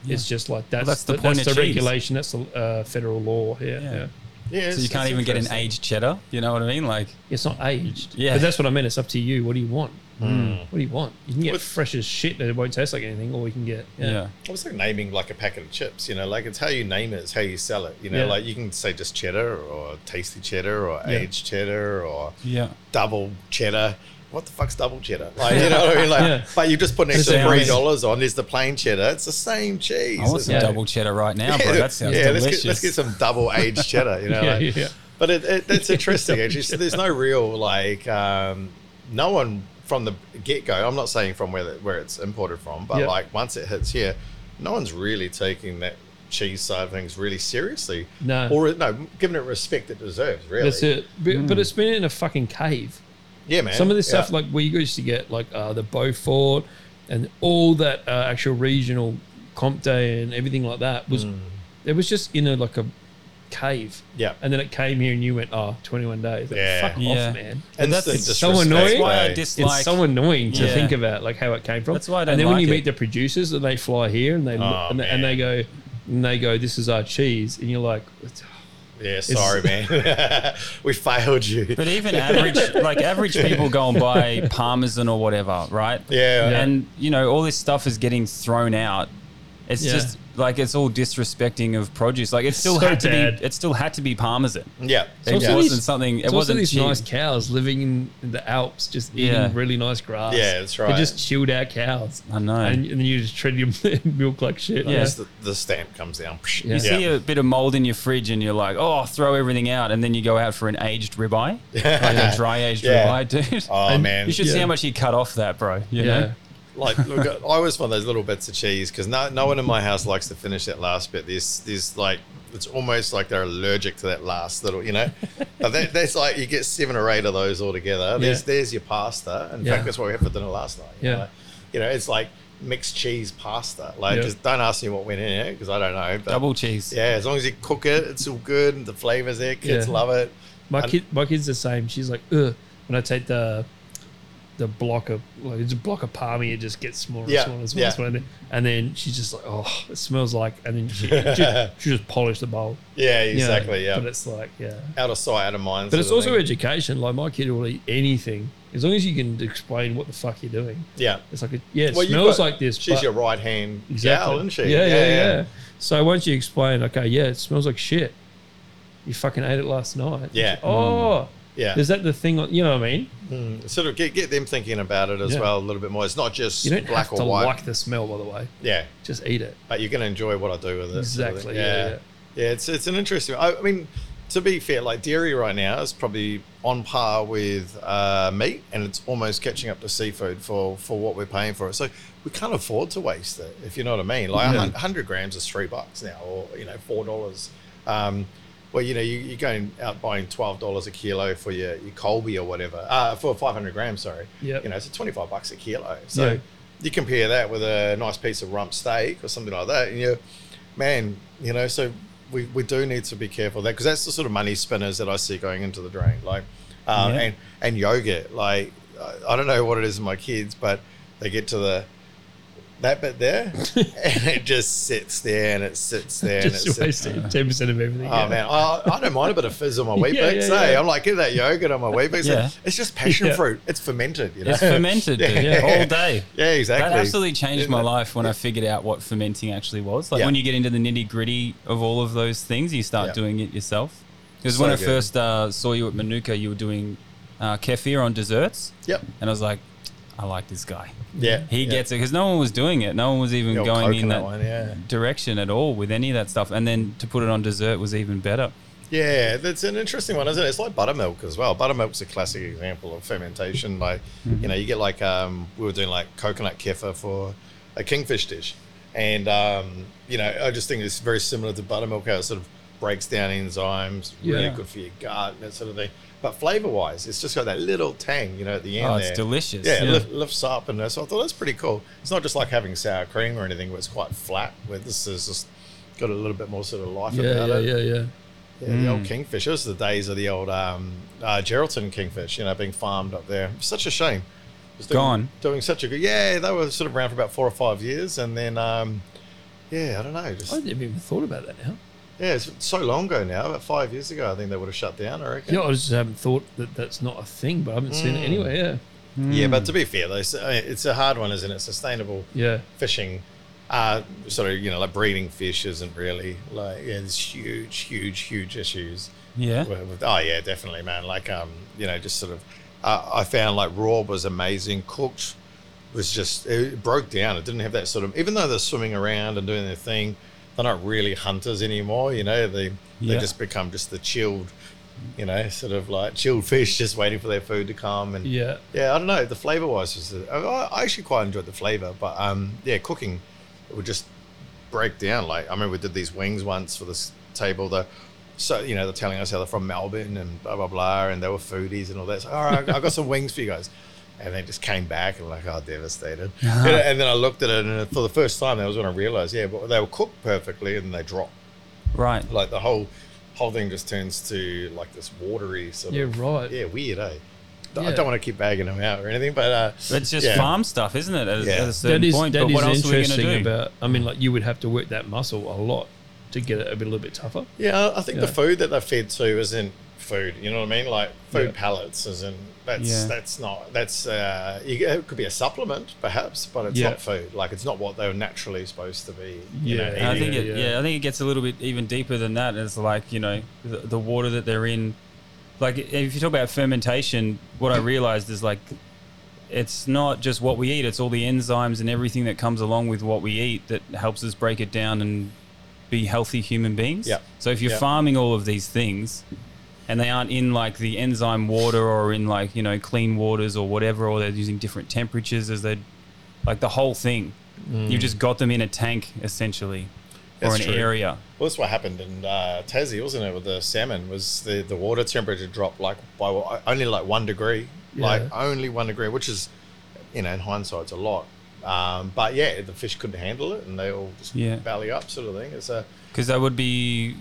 It's just like that's Hmm. that's the the, point that's the of cheese. regulation. That's the uh, federal law. Yeah, yeah. Yeah. yeah So you can't even get an aged cheddar. You know what I mean? Like, It's not aged. Yeah. Hmm. but that's what I mean. It's up to you. What do you want? What do you want? You can get With- fresh as shit and it won't taste like anything, or you can get yeah. I was like naming like a packet of chips. You know, like it's how you name it, it's how you sell it. You Yeah. know, like you can say just cheddar or tasty cheddar or Yeah. aged cheddar or Yeah. double cheddar. What the fuck's double cheddar? Like, you know what I mean? Like, Yeah. but you just put an It's extra the three same. dollars on. There's the plain cheddar. It's the same cheese. I want isn't some it? double cheddar right now, Oh, bro. That sounds yeah, let's delicious. get, let's get some double aged cheddar. You know, Yeah, like- yeah. but it, it, that's interesting. Actually, so there's no real like um, no one from the get go. I'm not saying from where the, where it's imported from, but Yeah. like once it hits here, no one's really taking that cheese side of things really seriously. No. or no, giving it respect it deserves. Really, That's it. But, but it's been in a fucking cave. Yeah, man. Some of this Yeah. stuff, like we used to get, like uh, the Beaufort and all that uh, actual regional comp day and everything like that, was it was just in a like a cave. Mm. Yeah. And then it came here, and you went, "Oh, 21 days." Like, Yeah. Fuck Yeah. off, man. And that's- that's it's so annoying. Why I eh? It's dislike. so annoying to Yeah. think about, like how it came from. That's why I don't And then when like you it. meet the producers, and they fly here, and they Oh, and, they, and man. they go, and they go, "This is our cheese," and you're like, "It's- Yeah, It's- sorry, man. we failed you. But even average, like average people go and buy parmesan or whatever, right? Yeah. Yeah. And you know, all this stuff is getting thrown out. It's Yeah. just like it's all disrespecting of produce. Like it still So had to bad. be. It still had to be parmesan. Yeah. It also wasn't these- something. It It's also wasn't these cheap. nice cows living in in the Alps, just Yeah. eating really nice grass. Yeah, that's right. They're just chilled out cows. I know. And, and then you just treat your milk like shit. Yeah. Just the, the stamp comes down. Yeah. You Yeah. see a bit of mold in your fridge and you're like, oh, throw everything out. And then you go out for an aged ribeye, like a dry aged Yeah. ribeye, dude. Oh And man, you should see yeah. how much he cut off that, bro. You Yeah. know? like look, I always find those little bits of cheese because no, no one in my house likes to finish that last bit. There's there's like it's almost like they're allergic to that last little, you know. but that, that's like you get seven or eight of those all together. There's Yeah. there's your pasta. In Yeah. fact, that's what we had for dinner last night. you Yeah. know. you know it's like mixed cheese pasta. Like Yeah. just don't ask me what went in it because I don't know. But Double cheese. yeah, as long as you cook it, it's all good. and The flavors there, kids Yeah. love it. My And- kid, my kid's the same. She's like, ugh. When I take the the block of like it's a block of palmy, it just gets smaller Yeah, and smaller and smaller, yeah. and smaller. And then she's just like, oh, it smells like. And then she, she, she just polished the bowl. Yeah, you know, exactly. But yeah, it's like, yeah. out of sight, out of mind. But sort it's of also thing. education. Like my kid will eat anything as long as you can explain what the fuck you're doing. yeah. It's like, a, yeah, it Well, you've smells got- like this. She's but- your right hand gal, isn't she? Yeah, yeah, yeah, So once you explain, okay, yeah, it smells like shit. You fucking ate it last night. Yeah. Oh, yeah. is that the thing? On, you know what I mean? Sort of get, get them thinking about it as Yeah. well a little bit more. It's not just You don't black have or to white. like the smell, by the way. yeah, Just eat it. but you're going to enjoy what I do with it. sort of thing. Exactly, yeah, yeah. Yeah, it's it's an interesting. I, I mean, to be fair, like dairy right now is probably on par with uh, meat, and it's almost catching up to seafood for for what we're paying for it. So we can't afford to waste it, if you know what I mean. Like a hun- hundred grams is three bucks now, or you know four dollars. Um, well, you know, you, you're going out buying twelve dollars a kilo for your, your Colby or whatever, uh, for five hundred grams. Sorry, Yep. you know, it's twenty five bucks a kilo. So Yeah. you compare that with a nice piece of rump steak or something like that, and you, man, you know, so we, we do need to be careful of that because that's the sort of money spinners that I see going into the drain, like, um, Yeah. and and yogurt, like, I- I don't know what it is in my kids, but they get to the that bit there, and it just sits there and it sits there and it Just sits. wasted ten percent of everything. Oh man, I, I don't mind a bit of fizz on my wheat Yeah, bix. yeah, eh? yeah. I'm like, get that yogurt on my wheat bix. Yeah. It's just passion Yeah. fruit. It's fermented, you know. It's fermented, dude, Yeah. all day. Yeah, exactly. That absolutely changed my Yeah. life when I figured out what fermenting actually was. Like Yeah. when you get into the nitty gritty of all of those things, you start Yeah. doing it yourself. Because So when I good. first uh, saw you at Manuka, you were doing uh, kefir on desserts. Yep. And I was like, I like this guy. Yeah. He yeah. gets it because no one was doing it. No one was even The old going in coconut that one, yeah. direction at all with any of that stuff. And then to put it on dessert was even better. Yeah, that's an interesting one, isn't it? It's like buttermilk as well. Buttermilk's a classic example of fermentation. Like, Hmm. you know, you get like um, we were doing like coconut kefir for a kingfish dish, and um, you know, I just think it's very similar to buttermilk. How it sort of breaks down enzymes, really Yeah. good for your gut, and that sort of thing. But flavor wise, it's just got that little tang, you know, at the end. oh, it's there. delicious. Yeah, it lift, lifts up, and so I thought that's pretty cool. It's not just like having sour cream or anything, where it's quite flat. Where this is just got a little bit more sort of life Yeah, about yeah, Mm. it. yeah, yeah. Yeah, the old kingfish. Those are the days of the old um, uh, Geraldton kingfish, you know, being farmed up there. Such a shame. Just doing, Gone. Doing such a good. Yeah, they were sort of around for about four or five years, and then um, yeah, I don't know. I Just, never even thought about that now. yeah, it's so long ago now. About five years ago, I think they would have shut down. I reckon. Yeah, I just haven't thought that that's not a thing, but I haven't Mm. seen it anyway. Yeah, Yeah, Mm. but to be fair, though, it's, I mean, it's a hard one, isn't it? Sustainable yeah. fishing. Uh, sort of, you know, like breeding fish isn't really like, yeah, there's huge, huge, huge issues. Yeah. With- with- oh yeah, definitely, man. Like um, you know, just sort of, uh, I found like raw was amazing. Cooked was just it broke down. It didn't have that sort of. Even though they're swimming around and doing their thing, they're not really hunters anymore. You know, they Yeah. they just become just the chilled, you know, sort of like chilled fish, just waiting for their food to come. And Yeah. yeah, I don't know. The flavor wise, was I I actually quite enjoyed the flavor, but um, yeah, cooking it would just break down. Like I mean, we did these wings once for this table. The so you know they're telling us how they're from Melbourne and blah blah blah, and they were foodies and all that. So, all right, I got some wings for you guys. And they just came back and like, oh, devastated. And, and then I looked at it, and for the first time, that was when I realized, yeah, but they were cooked perfectly, and they dropped. Right. Like the whole whole thing just turns to like this watery sort Yeah, of right. yeah, weird, eh? I Yeah. don't want to keep bagging them out or anything, but uh, It's just yeah. farm stuff, isn't it? At, a- Yeah. at a That certain point. that but is what else are we going to interesting do? about. I mean, like you would have to work that muscle a lot to get it a bit, a little bit tougher. Yeah, I- I think Yeah. the food that they're fed to isn't food. You know what I mean? Like food Yeah. pellets isn't. That's Yeah. that's not. That's uh, you, it could be a supplement perhaps, but it's Yeah. not food. Like it's not what they're naturally supposed to be. Yeah. You know, And I eating. think it, yeah. yeah. I think it gets a little bit even deeper than that. It's like you know the, the water that they're in. Like if you talk about fermentation, what I realized is like it's not just what we eat; it's all the enzymes and everything that comes along with what we eat that helps us break it down and be healthy human beings. Yeah. So if you're Yeah. farming all of these things, and they aren't in like the enzyme water or in like you know clean waters or whatever, or they're using different temperatures as they like the whole thing. You've just got them in a tank essentially, or That's an true. area. Well, that's what happened in uh, Tassie, wasn't it? With the salmon, was the, the water temperature dropped like by only like one degree, like only one degree, which is, you know, in hindsight, it's a lot. Um, but yeah, the fish couldn't handle it, and they all just Yeah. belly up, sort of thing. It's a because they would be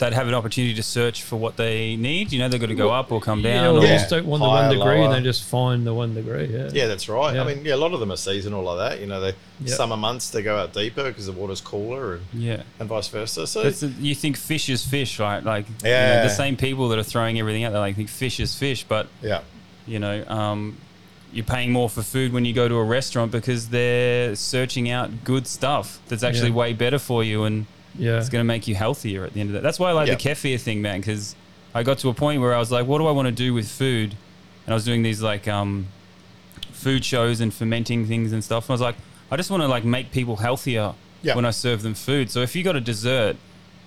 they'd have an opportunity to search for what they need. You know, they've got to go up or come Yeah, down. or Or, they Yeah. just don't want the Higher, one degree and lower. they just find the one degree. Yeah. Yeah, that's right. Yeah. I mean, yeah, a lot of them are seasonal like that. You know, the Yeah. summer months they go out deeper because the water's cooler and, yeah. and vice versa. So That's the- you think fish is fish, right? Like you know, Yeah. the same people that are throwing everything out there, like think fish is fish, but yeah, you know, um, you're paying more for food when you go to a restaurant because they're searching out good stuff that's actually Yeah. way better for you and Yeah. it's going to make you healthier at the end of that. That's why I like the Yeah. kefir thing, man, because I got to a point where I was like, what do I want to do with food? And I was doing these like um, food shows and fermenting things and stuff. And I was like, I just want to like make people healthier Yeah. when I serve them food. So if you got a dessert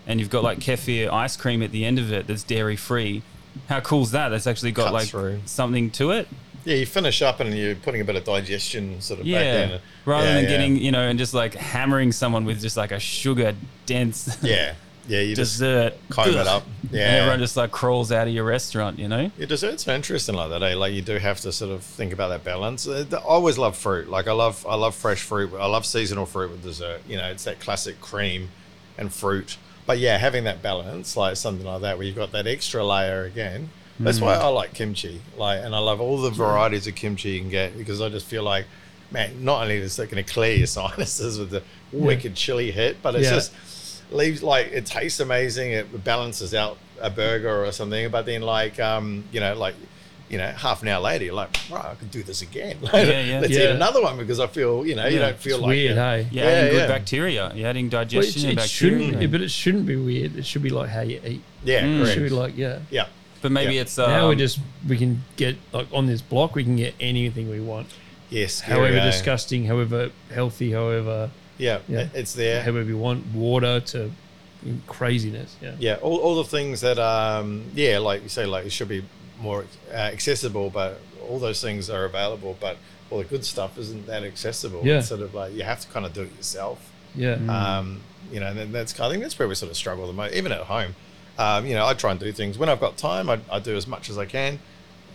and you've got like kefir ice cream at the end of it that's dairy free, how cool's that? That's actually got Cuts like through. something to it. yeah, you finish up and you're putting a bit of digestion sort of Yeah. back in. Rather Yeah, than yeah. getting, you know, and just like hammering someone with just like a sugar dense yeah, yeah, you just dessert. comb it Ugh. up. Yeah, And everyone just like crawls out of your restaurant, you know? Yeah, desserts are interesting like that. Eh? Like you do have to sort of think about that balance. Uh, th- I always love fruit. Like I love, I love fresh fruit. I love seasonal fruit with dessert. You know, it's that classic cream and fruit. But yeah, having that balance, like something like that, where you've got that extra layer again. That's why I like kimchi. Like, and I love all the varieties of kimchi you can get because I just feel like, man, not only is it going to clear your sinuses with the wicked chili hit, but it's Yeah. just leaves like it tastes amazing. It balances out a burger or something, but then like um, you know, like you know, half an hour later, you're like, right, I could do this again. Like, Yeah, yeah. Let's Yeah. eat another one because I feel you know you Yeah, don't feel It's like weird, yeah. hey. You're Yeah, adding yeah. good bacteria. You're adding Well, it, digestion it and bacteria. shouldn't, but it shouldn't be weird. It should be like how you eat. Yeah, Mm. It correct. should be like yeah. yeah, but maybe Yeah. it's um, now we just we can get like on this block we can get anything we want, yes. scary, however eh? disgusting, however healthy, however Yeah, Yeah. it- it's there. however you want water to craziness. Yeah. yeah all, all the things that um yeah like you say like it should be more uh, accessible but all those things are available but all the good stuff isn't that accessible Yeah. it's sort of like you have to kind of do it yourself Yeah. um you know and then that's i think that's where we sort of struggle the most even at home um you know i try and do things when i've got time i, I do as much as i can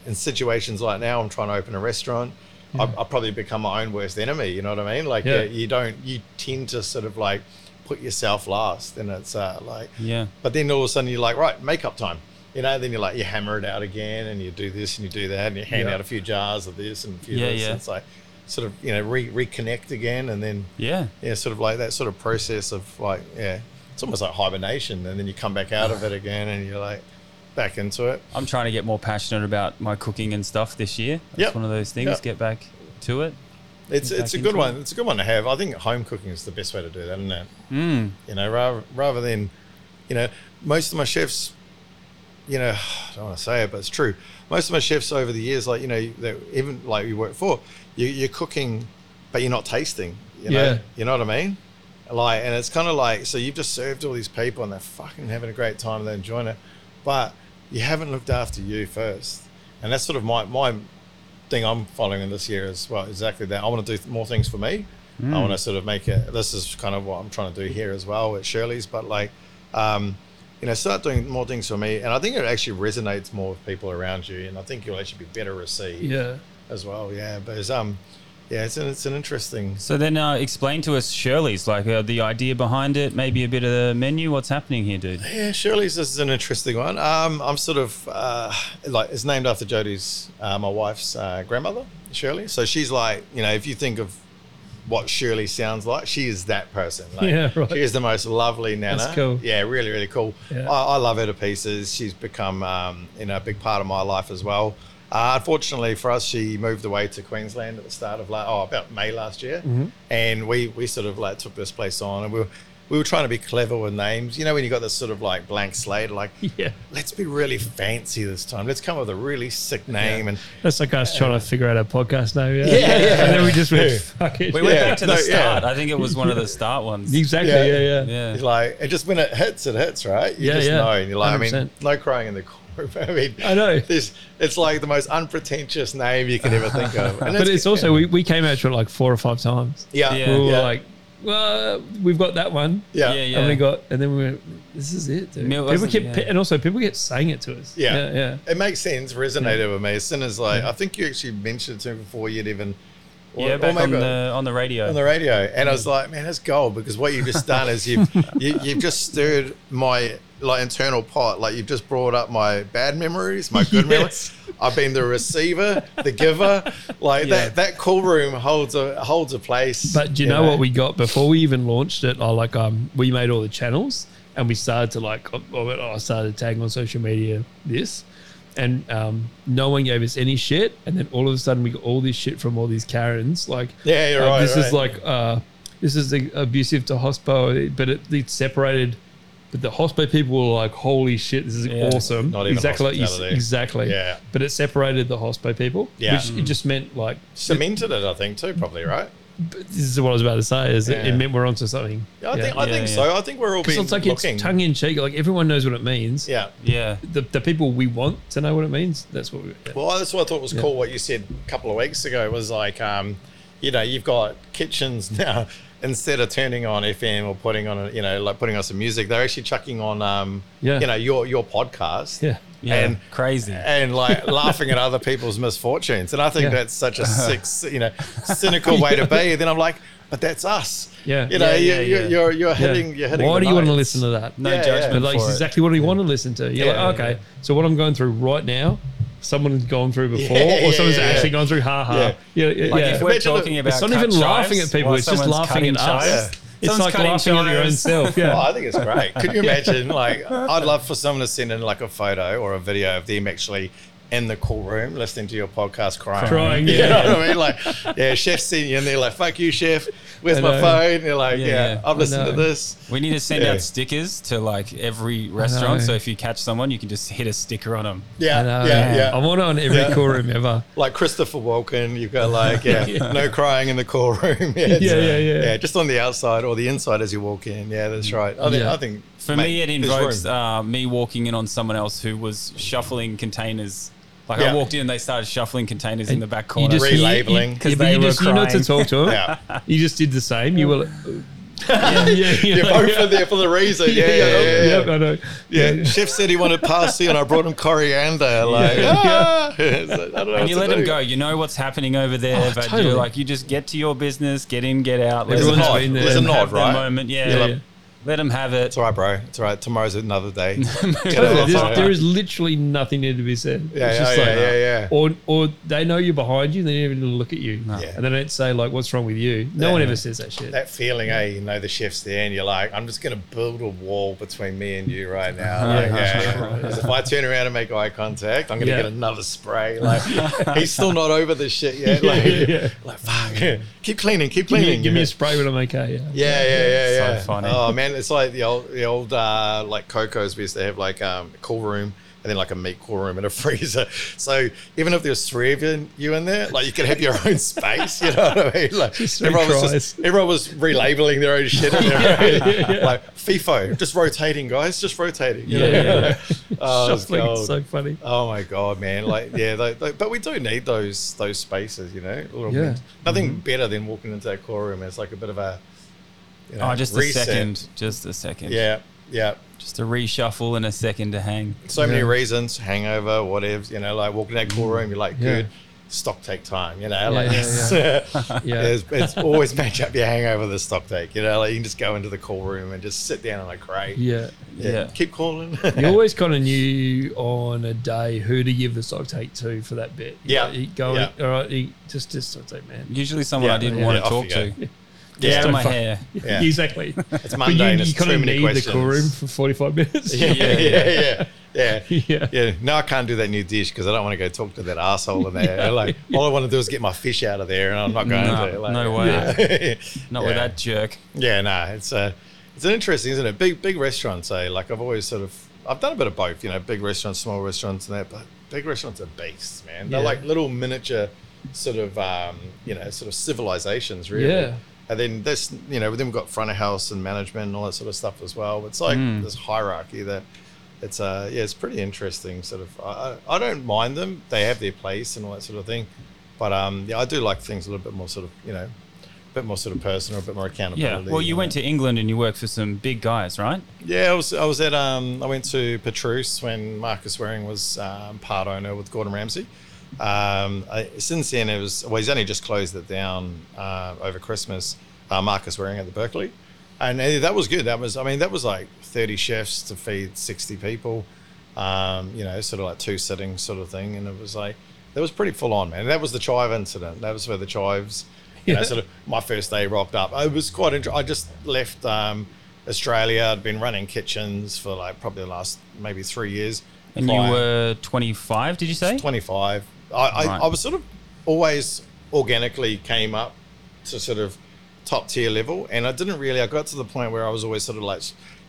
in situations like now i'm trying to open a restaurant I, Hmm. I probably become my own worst enemy you know what i mean like Yeah. yeah. you don't you tend to sort of like put yourself last and it's uh like yeah. but then all of a sudden you're like, right, makeup time. You know, then you're like, you hammer it out again and you do this and you do that and you hand Yeah. out a few jars of this and a few Yeah, of this. yeah. And it's like, sort of, you know, re- reconnect again and then, Yeah. yeah, sort of like that sort of process of like, yeah, it's almost like hibernation. And then you come back out of it again and you're like, back into it. I'm trying to get more passionate about my cooking and stuff this year. That's Yep. one of those things. Yep. Get back to it. It's Get it's a back good into it. one. It's a good one to have. I think home cooking is the best way to do that, isn't it? Mm. you know, rather, rather than, you know, most of my chefs, you know, I don't want to say it, but it's true. Most of my chefs over the years, like, you know, that even like you work for, you, you're cooking, but you're not tasting, you know, Yeah. you know what I mean? Like, and it's kind of like, so you've just served all these people and they're fucking having a great time, they're enjoying it, but you haven't looked after you first. And that's sort of my, my, thing I'm following in this year is well exactly that. I want to do th- more things for me. I want to sort of make it. This is kind of what I'm trying to do here as well at Shirley's, but like, um, you know, start doing more things for me, and I think it actually resonates more with people around you, and I think you'll actually be better received Yeah. as well. Yeah, but it's um, yeah, it's an, it's an interesting. So then, uh, explain to us Shirley's, like uh, the idea behind it, maybe a bit of the menu. What's happening here, dude? Yeah, Shirley's is an interesting one. Um, I'm sort of uh, like it's named after Jodie's, uh, my wife's uh, grandmother, Shirley. So she's like, you know, if you think of what Shirley sounds like. She is that person. Like, Yeah, right. She is the most lovely nana. That's cool. Yeah, really, really cool. Yeah. I, I love her to pieces. She's become um, you know a big part of my life as well. Uh, unfortunately for us, she moved away to Queensland at the start of la- oh about May last year, Mm-hmm. and we we sort of like took this place on, and we were we were trying to be clever with names. You know when you got this sort of like blank slate, like Yeah. let's be really fancy this time. Let's come up with a really sick name and That's like us trying to figure out our podcast name. Yeah. Yeah, yeah. And then we just went, Yeah. fuck it. We went Yeah, back to the no, yeah. start. I think it was one of the start ones. Exactly. Yeah. Yeah. Yeah. Yeah. It's like it just when it hits, it hits, right? You Yeah, just yeah. know. And you're like, I mean, 100%. no crying in the corner. I mean, I know. This it's like the most unpretentious name you can ever think of. And But it's also, we, we came out to it like four or five times. yeah, Yeah. yeah, We were yeah, like, well, we've got that one. yeah, Yeah, yeah. And we got, and then we went, this is it. Dude. Mil- people wasn't- kept, yeah. and also people kept saying it to us. Yeah. Yeah. Yeah. It makes sense. Resonated with me as soon as like I think you actually mentioned it to me before you'd even. or- yeah, or back on maybe- the on the radio. Oh on the radio, and I was like, "Man, that's gold!" Because what you've just done is you've you, you've just stirred my like internal pot. Like you've just brought up my bad memories, my good memories. I've been the receiver, the giver. Like Yeah. that that cool room holds a holds a place. But do you know what we got before we even launched it? I like um, we made all the channels and we started to like I- I went- I started tagging on social media this, and um, no one gave us any shit. And then all of a sudden we got all this shit from all these Karens. Like Yeah, you're uh, right, This right. is like uh, this is the abusive to hospo, but it, it separated. But the hospo people were like, "Holy shit, this is Yeah. awesome!" Not even exactly, like you, s- hospitality. exactly. Yeah. But it separated the hospo people, Yeah. Mm. which it just meant like cemented it, I think, too. Probably right. this is what I was about to say. Is it, Yeah. it meant we're onto something? Yeah, I Yeah. think I Yeah, think yeah. so. I think we're all So being it's like looking. it's tongue in cheek. Like everyone knows what it means. yeah. yeah. The, the people we want to know what it means. That's what we. Yeah. Well, that's what I thought was cool. What you said a couple of weeks ago was like, um, you know, you've got kitchens now. Instead of turning on FM or putting on, a, you know, like putting on some music, they're actually chucking on, um, Yeah. you know, your your podcast. yeah. Yeah. And Crazy. and like laughing at other people's misfortunes. And I think Yeah. that's such a sick, you know, cynical way to be. Then I'm like, but that's us. Yeah. You know, Yeah, yeah, you, yeah. You're, you're you're Yeah. hitting you're hitting. Why the do you want to notes. listen to that? no yeah, judgment. yeah. But like for it's it. exactly what we want to listen to. You're Yeah, like, yeah, okay, so what I'm going through right now, someone's gone through before, Yeah, yeah, or someone's yeah, yeah. actually gone through. Ha Yeah. ha. Yeah. Yeah. Like yeah. if we're Imagine it- talking about it's not even cut laughing chives at people. while It's just someone's laughing cutting at us. chives. Yeah. It's Someone's like cutting laughing at your own chives. self. Yeah. Oh, I think it's great. Could you imagine? Like, I'd love for someone to send in like a photo or a video of them actually in the cool room listening to your podcast crying. Crying, You know yeah. what I mean? Like, yeah, chef's seeing you and they're like, fuck you, chef. Where's I my know. phone? And they're like, yeah, Yeah, yeah. I've I listened to know. this. We need to send Yeah. out stickers to like every restaurant. know. So if you catch someone, you can just hit a sticker on them. Yeah, I know. yeah, yeah. I want it on every Yeah. cool room ever. like Christopher Walken, you've got like, yeah, no crying in the cool room. Yeah, it's- uh, Yeah, yeah, yeah. Yeah, just on the outside or the inside as you walk in. Yeah, that's right. I think, Yeah. I think For mate, me, it there's invokes room. uh, me walking in on someone else who was shuffling containers. Like Yeah. I walked in, and they started shuffling containers in the back You corner. just you- Relabeling. you- Because but they you were just, you know to crying. talk to 'em. Yeah. You just did the same. You were. yeah, yeah, You're both for there for the reason. Yeah, yeah, yeah. yeah, yeah, I know. Yeah, chef said he wanted parsley, and I brought him coriander. Like, Yeah. ah! It's like, I don't know what and you to let them do. go. You know what's happening over there, Oh, but totally. you're like, you just get to your business, get in, get out. Let Everyone's them been there. Let There's a them have nod, their right? moment. Yeah, Yeah, yeah. like- Let them have it. It's all right, bro. It's all right. Tomorrow's another day. Get Totally. over There's, it. there is literally nothing needed to be said. Yeah, It's yeah, just yeah, like, yeah, yeah. Or, or they know you're behind you. They don't even look at you, Yeah. and they don't say like, "What's wrong with you?" No Yeah. one ever says that shit. that feeling, eh? You know, the chef's there, and you're like, I'm just going to build a wall between me and you right now. Like, yeah, yeah. 'Cause if I turn around and make eye contact, I'm going to Yeah. get another spray. Like, he's still not over this shit yet. Like, Yeah, yeah. like fuck. keep cleaning, give, keep cleaning. me, give me Yeah. a spray when I'm okay. Yeah. Yeah, yeah, yeah, So yeah. funny. Oh man, it's like the old, the old uh, like Coco's. We used to have like um, a cool room and then like a meat cool room and a freezer. So even if there's three of you, you in there, like you could have your own space. You know what I mean? Like three everyone was tries. just everyone was relabeling their own shit. And their own, Like FIFO, just rotating, guys, just rotating. you Yeah, know? yeah, Oh, it was Shuffling, it's gold. so funny. Oh my god, man! Like, yeah, they, they, but we do need those those spaces, you know. A little Yeah. bit. Nothing better than walking into that core room. It's like a bit of a, you know, Oh, just reset. a second. Just a second. Yeah, yeah. Just a reshuffle and a second to hang. So many Yeah. Mm. reasons, hangover, whatever. You know, like walking in that core room, you're like, Yeah. good. stock take time, you know, like yeah, it's, Yeah. it's, it's always match up your hangover the stock take, you know, like you can just go into the call room and just sit down and like great. Yeah. Yeah. Keep calling. You always kind of knew on a day who to give the stock take to for that bit. You Yeah. know, you go, Yeah. all right, you just, just stock take, man. Usually someone Yeah, I didn't yeah, want yeah, to off talk you to. go. Just Yeah. my hair. Yeah. Exactly. It's Monday and it's kinda too many the questions. call room for 45 minutes. yeah, yeah, yeah, yeah, yeah. Yeah. No, I can't do that new dish because I don't want to go talk to that asshole in there. Like, all I want to do is get my fish out of there, and I'm not going No, to. Like, no way. Yeah. Not yeah. with that jerk. Yeah, no, it's a, it's an interesting, isn't it? Big, big restaurants. Eh? Like I've always sort of, I've done a bit of both. You know, big restaurants, small restaurants, and that. But big restaurants are beasts, man. They're Yeah. like little miniature, sort of, um, you know, sort of civilizations, really. Yeah. And then this, you know, then we've got front of house and management and all that sort of stuff as well. It's like Mm. this hierarchy that. It's uh yeah, it's pretty interesting. Sort of, I, I I don't mind them. They have their place and all that sort of thing, but um, yeah, I do like things a little bit more sort of, you know, a bit more sort of personal, a bit more Yeah. accountability. Well, you went to England and you worked for some big guys, right? Yeah, I was, I was at um, I went to Petrus when Marcus Waring was um, part owner with Gordon Ramsay. Um, I, since then, it was well, he's only just closed it down uh, over Christmas. Uh, Marcus Waring at the Berkeley, and uh, that was good. That was I mean that was like thirty chefs to feed sixty people. Um, you know, sort of like two sitting sort of thing, and it was like that was pretty full on, man. And that was the chive incident. That was where the chives. You know, Yeah. sort of my first day rocked up. It was quite interesting. I just left um, Australia. I'd been running kitchens for like probably the last maybe three years. And Prior- you were 25, did you say? 25. I, I, Right. I was sort of always organically came up to sort of top tier level. And I didn't really, I got to the point where I was always sort of like,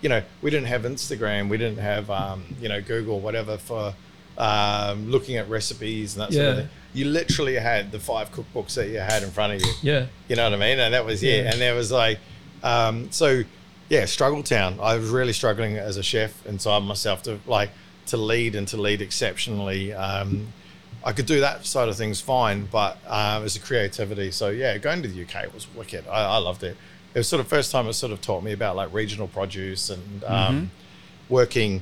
you know, we didn't have Instagram, we didn't have, um, you know, Google, whatever for um, looking at recipes and that sort of Yeah. thing. You literally had the five cookbooks that you had in front of you. Yeah. You know what I mean? And that was yeah. Yeah. And there was like, um, so yeah, struggle town. I was really struggling as a chef inside myself to like to lead and to lead exceptionally. Um, I could do that side of things fine, but um, it's a creativity. So yeah, going to the UK was wicked. I, I loved it. It was sort of first time it sort of taught me about like regional produce and um, working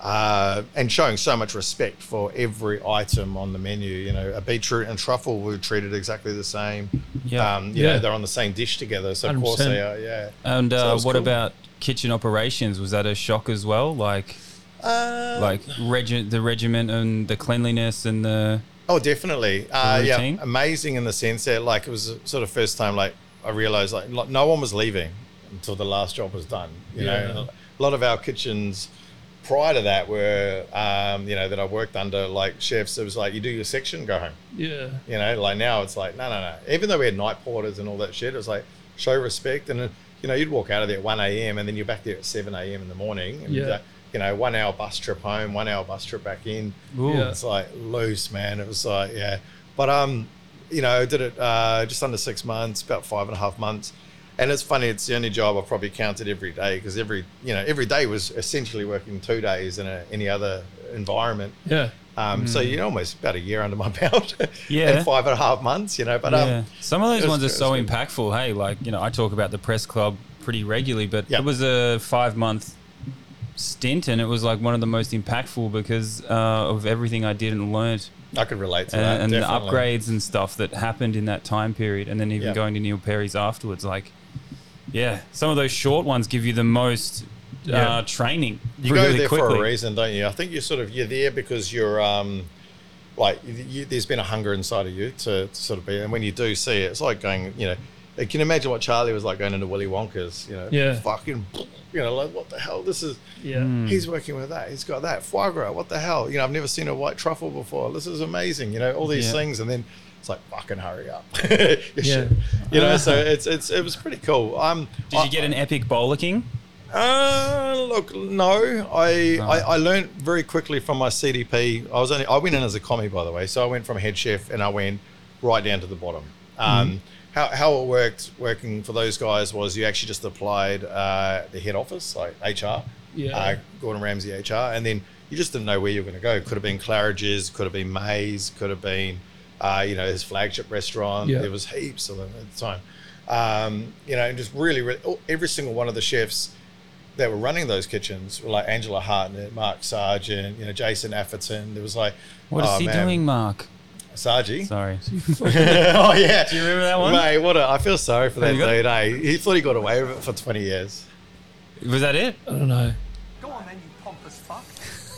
uh, and showing so much respect for every item on the menu. You know, a beetroot and truffle were treated exactly the same. Yeah. um, you Yeah. know, they're on the same dish together, so of course 100%. they are. Yeah. And So it uh, was what cool. about kitchen operations? Was that a shock as well? Like, Uh, like regi- the regiment and the cleanliness and the Oh, definitely. Uh, yeah, routine? amazing in the sense that like it was sort of first time like I realized like lo- no one was leaving until the last job was done. You know, a lot of our kitchens prior to that were um, you know that I worked under like chefs. It was like you do your section, go home. Yeah. You know, like now it's like no, no, no. Even though we had night porters and all that shit, it was like show respect and uh, you know you'd walk out of there at one a.m. and then you're back there at seven a.m. in the morning. And, Yeah. uh, you know, one hour bus trip home, one hour bus trip back in. Ooh. Yeah. It's like loose, man. It was like, yeah. But um, you know, I did it uh, just under six months, about five and a half months. And it's funny, it's the only job I probably counted every day because every you know every day was essentially working two days in a, any other environment. Yeah. Um, So you know, almost about a year under my belt. Hmm. Yeah. and five and a half months, you know. But Yeah. um, Some of those it was- ones are it was so good. impactful. Hey, like, you know, I talk about the press club pretty regularly, but Yeah. it was a five month stint and it was like one of the most impactful because uh, of everything I did and learned I could relate to that. and, and the definitely. upgrades and stuff that happened in that time period. And then even Yeah. going to Neil Perry's afterwards, like, yeah, some of those short ones give you the most Yeah. uh, training you really go there quickly. for a reason, don't you? I think you're sort of you're there because you're um, like you, you, there's been a hunger inside of you to, to sort of be, and when you do see it, it's like going, you know, you can imagine what Charlie was like going into Willy Wonka's, you know, Yeah. fucking, you know, like what the hell? This is Yeah. he's working with that. He's got that foie gras. What the hell? You know, I've never seen a white truffle before. This is amazing. You know, all these Yeah. things, and then it's like fucking hurry up. You should- You know, so it's it's it was pretty cool. Um, Did you get an epic bowler king? uh, look, no. I, I, I learned very quickly from my CDP. I was only I went in as a commie, by the way. So I went from head chef and I went right down to the bottom. Mm-hmm. Um, how, how it worked working for those guys was you actually just applied uh, the head office, like HR, Yeah. uh, Gordon Ramsay HR, and then you just didn't know where you were going to go. Could have been Claridge's, could have been May's, could have been uh, you know his flagship restaurant. Yeah. There was heaps of them at the time. Um, you know, and just really, really, oh, every single one of the chefs that were running those kitchens were like Angela Hartnett, Mark Sargent, you know, Jason Atherton. There was like, What is oh, he man. doing, Mark? Saji. Sorry. oh yeah. Do you remember that one? Mate, what a, I feel sorry for that you got- dude. Eh? He thought he got away with it for 20 years. Was that it? I don't know. Go on then, you pompous fuck.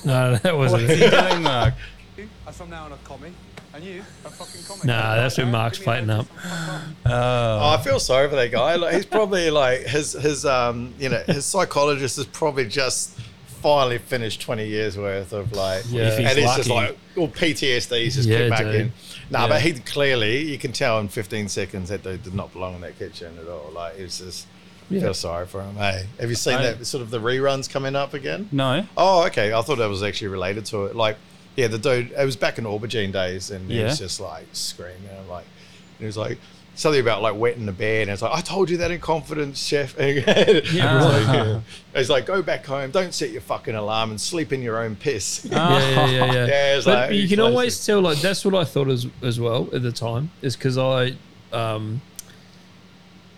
No, that wasn't What is it. he doing, Mark? You are from now on a commie, and you are a fucking commie. Nah, that's Give who me a Mark's notice fighting and up. fuck off. Oh, I feel sorry for that guy. Like, he's probably like his his um you know his psychologist has probably just finally finished twenty years worth of like Yeah. If he's and he's just lucky. like well PTSD he's just Yeah, kicked back dude. in. No, Yeah. but he clearly you can tell in fifteen seconds that dude did not belong in that kitchen at all. Like it's just Yeah. feel sorry for him. Hey, have you seen I- that sort of the reruns coming up again? No. Oh, okay. I thought that was actually related to it. Like, yeah, the dude. It was back in Aubergine days, and he Yeah. was just like screaming, and like, and he was like something about like wetting the bed, and it's like I told you that in confidence, chef. And it's like, yeah. It's like go back home, don't set your fucking alarm, and sleep in your own piss. Yeah, yeah, yeah, yeah. Yeah, it's but like- you can it's like- always tell. Like that's what I thought as as well at the time is because I, um,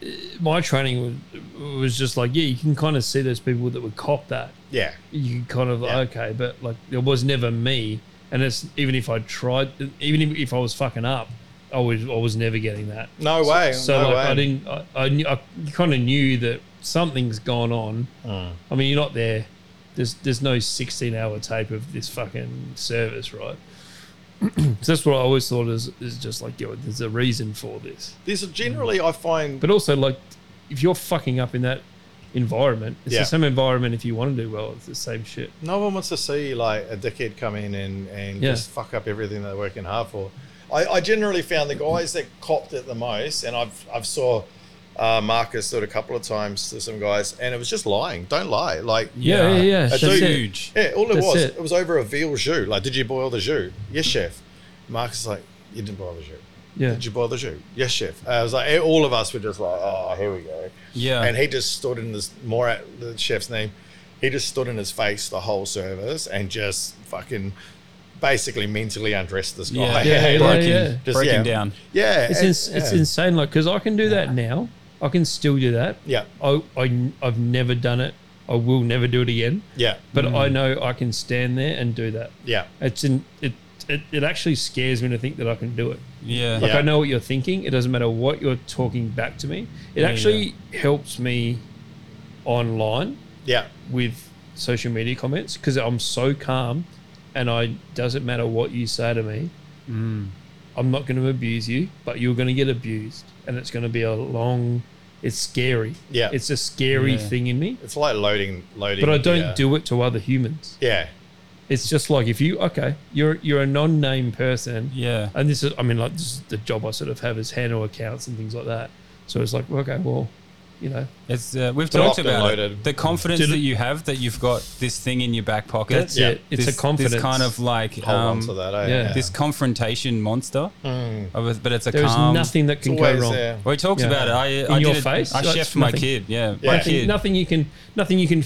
eh, my training was, was just like yeah, you can kind of see those people that would cop that. yeah, You kind of Yeah. okay, but like it was never me. And it's even if I tried, even if- if I was fucking up, I was I was never getting that. no way, So no like way. I didn't. I, I, knew- I kind of knew that something's gone on. Mm. I mean, you're not there. There's there's no 16 hour tape of this fucking service, right? so that's what I always thought is is just like, yo, there's a reason for this. This generally, I find. But also, like, if you're fucking up in that environment, it's Yeah. the same environment. If you want to do well, it's the same shit. no one wants to see like a dickhead come in and, and Yeah. just fuck up everything they're working hard for. I, I generally found the guys that copped it the most, and I've I've saw uh, Marcus sort of a couple of times to some guys, and it was just lying. Don't lie. Like Yeah, yeah, yeah. A That's dude- it. Huge. yeah, all it That's was it. it. was over a veal jus. Like, did you boil the jus? Yes, chef. Marcus is like, you didn't boil the jus. Yeah. Did you boil the jus? Yes, chef. Uh, I was like, all of us were just like, oh, here we go. Yeah. And he just stood in this more at the chef's name. He just stood in his face the whole service and just fucking basically mentally undressed this Yeah. guy. Yeah, yeah, Like, yeah. Oh, just- Break him yeah. down. Yeah. It's and- ins- it's Uh, yeah. insane. Like, because I can do that now. I can still do that. Yeah. I, I I've never done it. I will never do it again. Yeah. but I Mm. know I can stand there and do that. Yeah. It's in it. It, it actually scares me to think that I can do it. Yeah. Like Yeah. I know what you're thinking. It doesn't matter what you're talking back to me. Mm, It actually helps me online Yeah. with social media comments because I'm so calm, and I doesn't matter what you say to me. Mm. I'm not going to abuse you, but you're going to get abused, and it's going to be a long. It's scary. Yeah. it's a scary Yeah. thing in me, It's like loading, loading. but I don't yeah. do it to other humans. Yeah. It's just like if you okay, you're you're a non-name person, Yeah. and this is I mean like this is the job I sort of have is handle accounts and things like that. So it's like okay, well, you know, It's uh, we've They're talked often about it. loaded. the confidence Did- that you have that you've got this thing in your back pocket. that's Yeah. it. It's this, a confidence. This kind of like Hold on um, to that. Hmm. eh? yeah. Yeah. this confrontation monster, of a, but it's a there is calm. nothing that can always uh, go wrong. there. Well, he talks Yeah. about it. I, In I your did it- face? I That's chef my nothing. kid. Yeah, Yeah. my Nothing- kid. Nothing you can, nothing you can.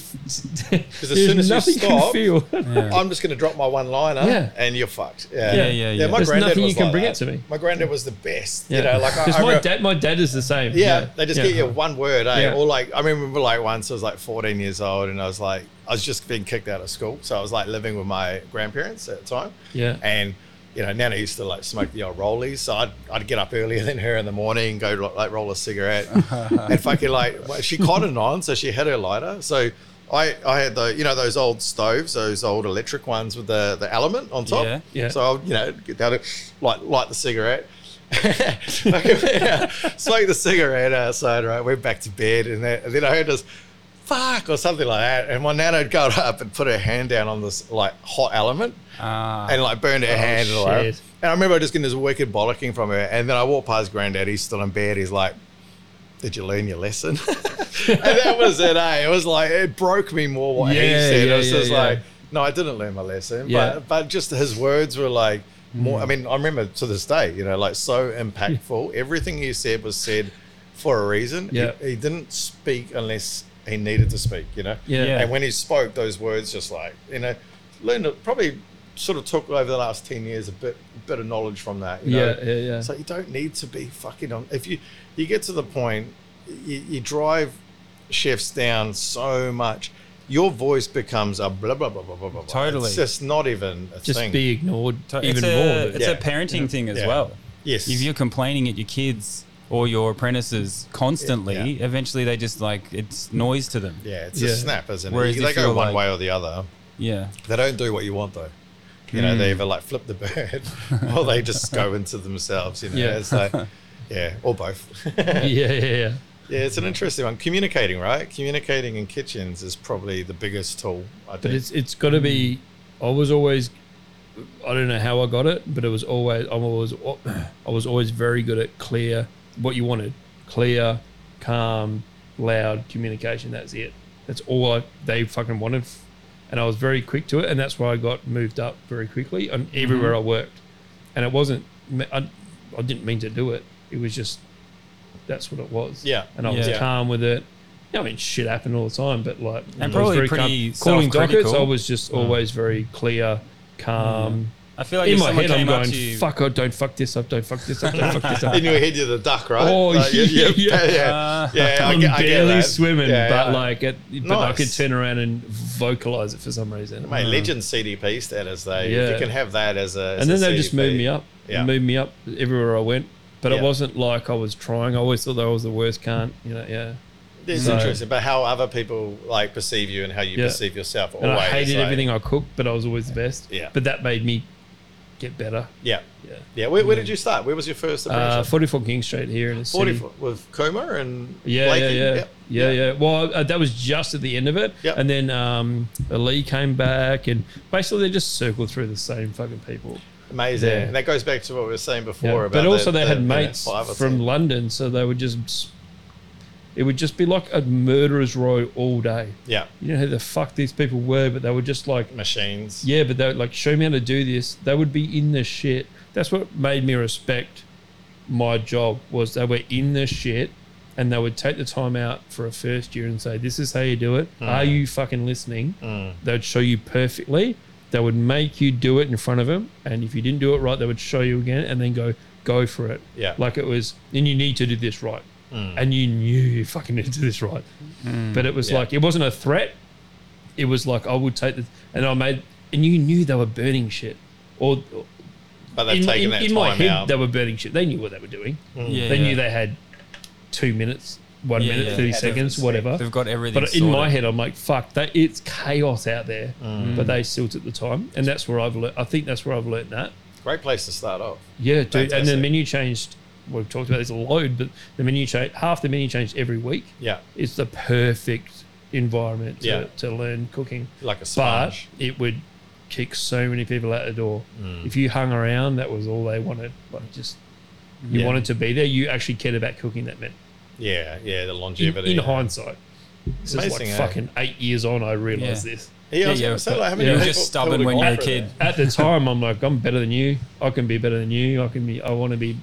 Because as soon as you stop- feel. I'm just going to drop my one liner Yeah. and you're fucked. Yeah, Yeah, yeah, yeah. my There's granddad nothing you was can like bring that. it to me. My granddad was the best. Yeah. You know, like I, Because I my remember- dad, my dad is the same. yeah, they just Yeah. get you one word, eh? Yeah. Or like I remember like once I was like 14 years old and I was like I was just being kicked out of school, so I was like living with my grandparents at the time. Yeah. and. You know, Nana used to like smoke the old rollies, so I'd, I'd get up earlier than her in the morning, go like roll a cigarette, and fucking like well, she cottoned on, so she had her lighter. So I I had the you know those old stoves, those old electric ones with the the element on top. Yeah. Yeah. So I'll, you know, get down to light, light the cigarette. yeah, smoke the cigarette outside, right? Went back to bed, and then, and then I heard this fuck or something like that. And my nana had got up and put her hand down on this like hot element Ah. and like burned her hand. And, all that. Oh, shit. and I remember just getting this wicked bollocking from her. And then I walked past granddad, he's still in bed. He's like, Did you learn your lesson? and that was it, eh? It was like, it broke me more what he Yeah, said. yeah, I was yeah, just yeah. like, No, I didn't learn my lesson. Yeah. Mm. But, but just his words were like, more. I mean, I remember to this day, you know, like so impactful. Everything he said was said for a reason. He- Yeah. He, didn't speak unless he needed to speak, you know? Yeah. Yeah. And when he spoke, those words just like you know, learned it- probably sort of took over the last ten years a bit bit of knowledge from that. You know? Yeah, yeah, yeah. So you don't need to be fucking on. If you you get to the point, you, you drive chefs down so much. your voice becomes a blah blah blah blah blah blah. blah. Totally. It's just not even a Just thing. be ignored To- it's even more. a, but- it's Yeah. a parenting thing as Yeah. well. Yes. If you're complaining at your kids or your apprentices constantly, Yeah. eventually they just like it's noise to them. yeah, it's Yeah. a snap, isn't it? Whereas they if go you're one like- way or the other. Yeah. They don't do what you want though. You know, Hmm. they either like flip the bird or they just go into themselves. You know, Yeah. it's like, yeah, or both. yeah, yeah, yeah, yeah. it's an interesting one. Communicating, right? Communicating in kitchens is probably the biggest tool. I think. But it's it's got to be. I was always, I don't know how I got it, but it was always I'm always I was always very good at clear what you wanted, clear, calm, loud communication. That's it. That's all I they fucking wanted, and I was very quick to it, and that's why I got moved up very quickly and Mm-hmm. everywhere I worked, and it wasn't me- I, I didn't mean to do it. It was just that's what it was. Yeah. and I was Yeah. calm with it. I mean, shit happened all the time, but like, I was probably very pretty calm. calling dockets. self-critical. I was just always very clear, calm. I feel like In if my someone head, I'm came up going, to you, "Fuck! I don't fuck this up. Don't fuck this up. Don't fuck this up." in your head, you're the duck, right? Oh, yeah, yeah. yeah, yeah. Uh, Yeah, I I'm get- I get barely that. swimming, Yeah, but yeah. like, it, but I Nice. could turn around and vocalize it for some reason. Mate, legend CDP status though. If uh, Yeah. you can have that as a. as and then a they just CDP. moved me up, Yeah. moved me up everywhere I went. But Yeah. it wasn't like I was trying. I always thought that I was the worst cunt. You know, yeah. It's So- interesting, but how other people like perceive you and how you Yeah. perceive yourself. And always, I hated like- everything I cooked, but I was always the best. Yeah. But that made me get better. Yeah, Yeah. yeah. Where, where did you start? Where was your first Uh, apprenticeship? 44 King Street here in the city. 44 with Kuma and Yeah, Blakey? yeah, yeah, Yep. yeah, yeah, Well, uh, that was just at the end of it, Yeah. and then um, Lee came back, and basically they just circled through the same fucking people. Amazing. Yeah. And that goes back to what we were saying before Yeah. about. But the- also they the- had the mates five or from ten. London, so they would just s- it would just be like a murderer's row all day. yeah You know who the fuck these people were, but they were just like, machines. yeah, but they would like show me how to do this. They would be in the shit. That's what made me respect my job was they were in the shit and they would take the time out for a first year and say, This is how you do it. Are Mm. you fucking listening? They would show you perfectly. They would make you do it in front of them. And if you didn't do it right, they would show you again and then go, Go for it. Yeah. Mm. Like it was, and you need to do this right. And you knew you fucking need to do this right. But it was Yeah. like, it wasn't a threat. It was like, I would take the, and I made, and you knew they were burning shit. Or But they've in, taken in- that in time my head, out. Mm. they were burning shit. They knew what they were doing. yeah, They yeah. knew they had two minutes, one Yeah, minute, yeah. 30 Yeah, seconds, different whatever. They've got everything. But in my sorted. head, I'm like, fuck, that, it's chaos out there. But they still took the time. And that's where I've learned, I think that's where I've learned that. Great place to start off. Yeah, dude. And the Fantastic. menu changed. We've talked about this a load, but the menu change, half the menu changed every week. Yeah, It's the perfect environment to, Yeah. to learn cooking. like a But sponge. it would kick so many people out the door. If you hung around, that was all they wanted. Like just you Yeah. wanted to be there. You actually cared about cooking that meant yeah, yeah, the in, longevity. in hindsight. This is like Amazing, eh? fucking eight years on, I realised Yeah. this. yeah, I was Yeah, gonna yeah, say, but like, how many you were people just stubborn would've when you gone were a for that? kid. At the time I'm like, I'm better than you. I can be better than you. I can be I wanna be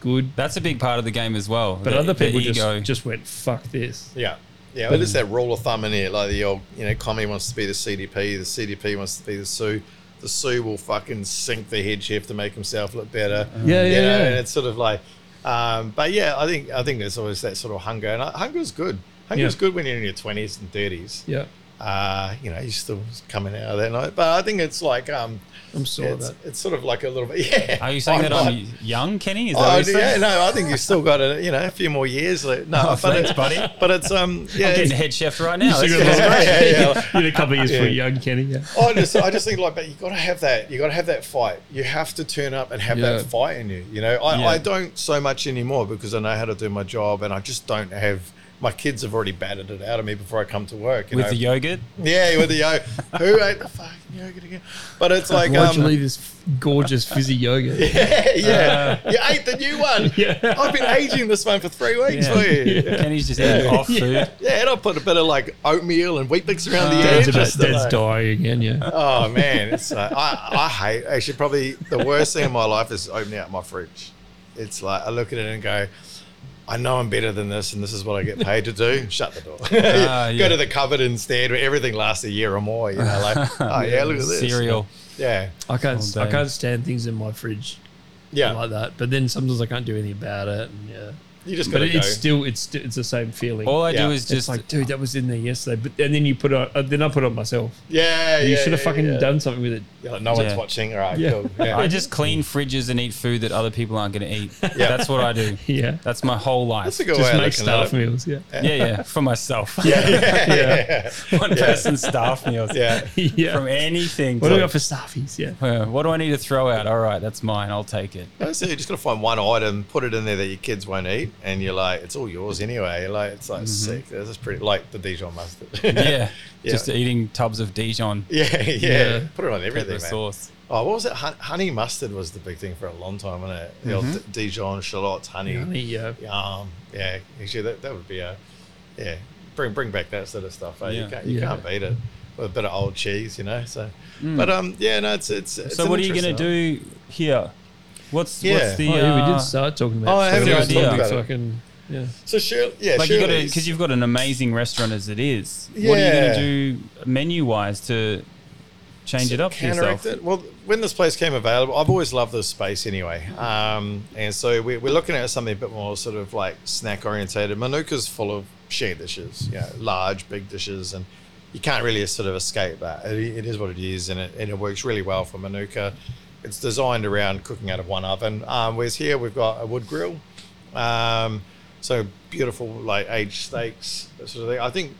good. That's a big part of the game as well. But the- other the people ego. just, just went, fuck this. Yeah. Yeah, well, there's that rule of thumb in it, like the old, you know, commie wants to be the CDP, the CDP wants to be the Sue. The Sue will fucking sink the head chef to make himself look better. Yeah, yeah, you know, yeah. And it's sort of like, um, but yeah, I think I think there's always that sort of hunger, and uh, hunger is good. Hunger is Yeah. good when you're in your twenties and thirties. Yeah. Uh, you know, you're still coming out of that night, but I think it's like, um, I'm sorry about it's, that. it's sort of like a little bit. Yeah. Are you saying I'm that not- I'm young, Kenny? Is that Oh, what you're yeah, saying? no, I think you've still got a, you know, a few more years. Left. No, but Oh, thanks, it- buddy. But it's um, yeah, I'm it's- getting head chef right now. That's- Oh, yeah, yeah, yeah. You're a couple of years Yeah. for young Kenny, yeah. I just, I just think like, but you got to have that. You got to have that fight. You have to turn up and have Yeah. that fight in you. You know, I, Yeah. I don't so much anymore because I know how to do my job, and I just don't have. My kids have already battered it out of me before I come to work. You With know? the yogurt? yeah, with the yo, who ate the fucking yogurt again? But it's like, Why'd you um, leave this f- gorgeous fizzy yogurt? yeah, yeah, you ate the new one. Yeah. I've been aging this one for three weeks for you. Yeah. Kenny's just eating off food. and I put a bit of like oatmeal and wheat bix around the edge. Dad's, just to, about, dad's like- dying again, yeah. Oh man, it's uh, I I hate actually probably the worst thing in my life is opening up my fridge. It's like I look at it and go, I know I'm better than this, and this is what I get paid to do. Shut the door. yeah. Ah, Go to the cupboard instead, where everything lasts a year or more. You know, like oh yeah, look at this Cereal. Yeah, I can't All I day. can't stand things in my fridge yeah. like that. But then sometimes I can't do anything about it. And yeah. You just But gotta it- go. it's still it's sti- it's the same feeling. All I Yeah. do is it's just like, dude, that was in there yesterday. But and then you put it on, uh, then I put it on myself. yeah, You yeah, should have yeah, fucking yeah. done something with it. You're like, no one's Yeah. watching. All right, Yeah. cool. Yeah. I just clean fridges and eat food that other people aren't going to eat. Yeah. That's what I do. Yeah, That's my whole life. That's a good way just of make looking at staff it. meals. Yeah, yeah, yeah, for myself. Yeah, yeah, yeah, One person staff meals. yeah. yeah. From anything. what do we to- got for staffies? Yeah, Uh, what do I need to throw out? All right, that's mine. I'll take it. That's it. You just got to find one item, put it in there that your kids won't eat, and you're like, it's all yours anyway. Like, it's like sick. This is pretty, like the Dijon mustard. Mm-hmm. Yeah. Yeah. Just eating tubs of Dijon yeah, yeah, Yeah. Put it on everything, pepper man. sauce. Oh, what was it? Hun- honey mustard was the big thing for a long time, wasn't it? The old Mm-hmm. D- Dijon shallots, honey. I mean, yeah. Um, yeah, actually, that, that would be a yeah. Bring bring back that sort of stuff. eh? Yeah. Mm. You can't you Yeah. can't beat it with a bit of old cheese, you know. So, but um, yeah, no, it's it's. it's So an what are you going to interesting- do here? What's Yeah. what's the Oh, yeah, we uh, did start talking about. Oh, I it, so haven't we even just thought talked about it. Fucking, yeah. So sure, yeah, like you got surely to because you've got an amazing restaurant as it is. What are you Yeah. going to do menu wise to change it up for Counteract yourself? it. Well, when this place came available, I've always loved this space anyway. Um, and so we, we're looking at something a bit more sort of like snack orientated. Manuka's full of shared dishes, you know, large, big dishes, and you can't really sort of escape that. It, it is what it is, and it, and it works really well for Manuka. It's designed around cooking out of one oven, um, whereas here we've got a wood grill. Um, so beautiful, like aged steaks, that sort of thing. I think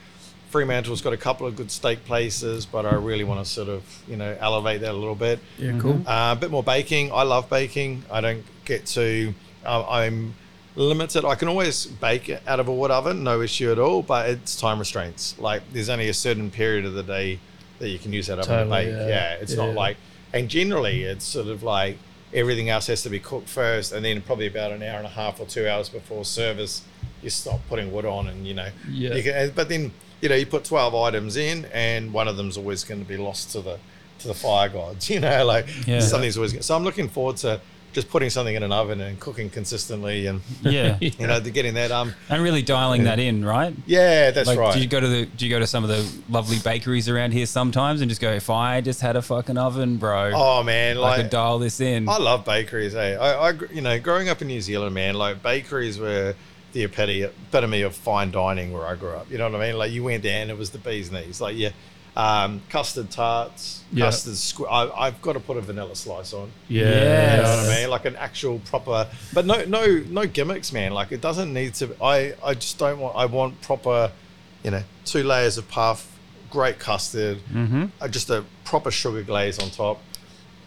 Fremantle's got a couple of good steak places, but I really want to sort of, you know, elevate that a little bit. Yeah, cool. Uh, a bit more baking. I love baking. I don't get to. Uh, I'm limited. I can always bake it out of a wood oven, no issue at all. But it's time restraints. Like there's only a certain period of the day that you can use that oven Totally, to bake. yeah. Yeah, it's Yeah. not like. And generally, it's sort of like everything else has to be cooked first, and then probably about an hour and a half or two hours before service, you stop putting wood on, and you know, Yeah. you can, but then you know you put twelve items in, and one of them's always going to be lost to the to the fire gods. You know, like Yeah. something's always. Good. So I'm looking forward to just putting something in an oven and cooking consistently, and Yeah, you know, to getting that. Um, and really dialing that in, right? yeah, that's like, right. do you go to the do you go to some of the lovely bakeries around here sometimes and just go, if I just had a fucking oven, bro, oh man, I like could dial this in. I love bakeries. Hey, I, I, gr- you know, growing up in New Zealand, man, like bakeries were the epitome, epitome of fine dining where I grew up. You know what I mean? Like you went there and it was the bee's knees. Like yeah, um, custard tarts, Yeah. custard. Squ- I, I've got to put a vanilla slice on. Yeah. Yes. You know what I mean? Like an actual proper, but no, no, no gimmicks, man. Like it doesn't need to. I, I just don't want. I want proper, you know, two layers of puff, great custard, mm-hmm. uh, just a proper sugar glaze on top.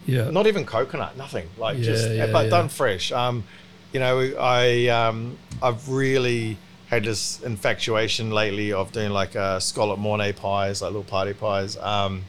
Yeah. Not even coconut, nothing. Like Yeah, just, yeah, but yeah. done fresh. Um, you know, I, um, I've really had this infatuation lately of doing like uh, scallop mornay pies, like little party pies. Um,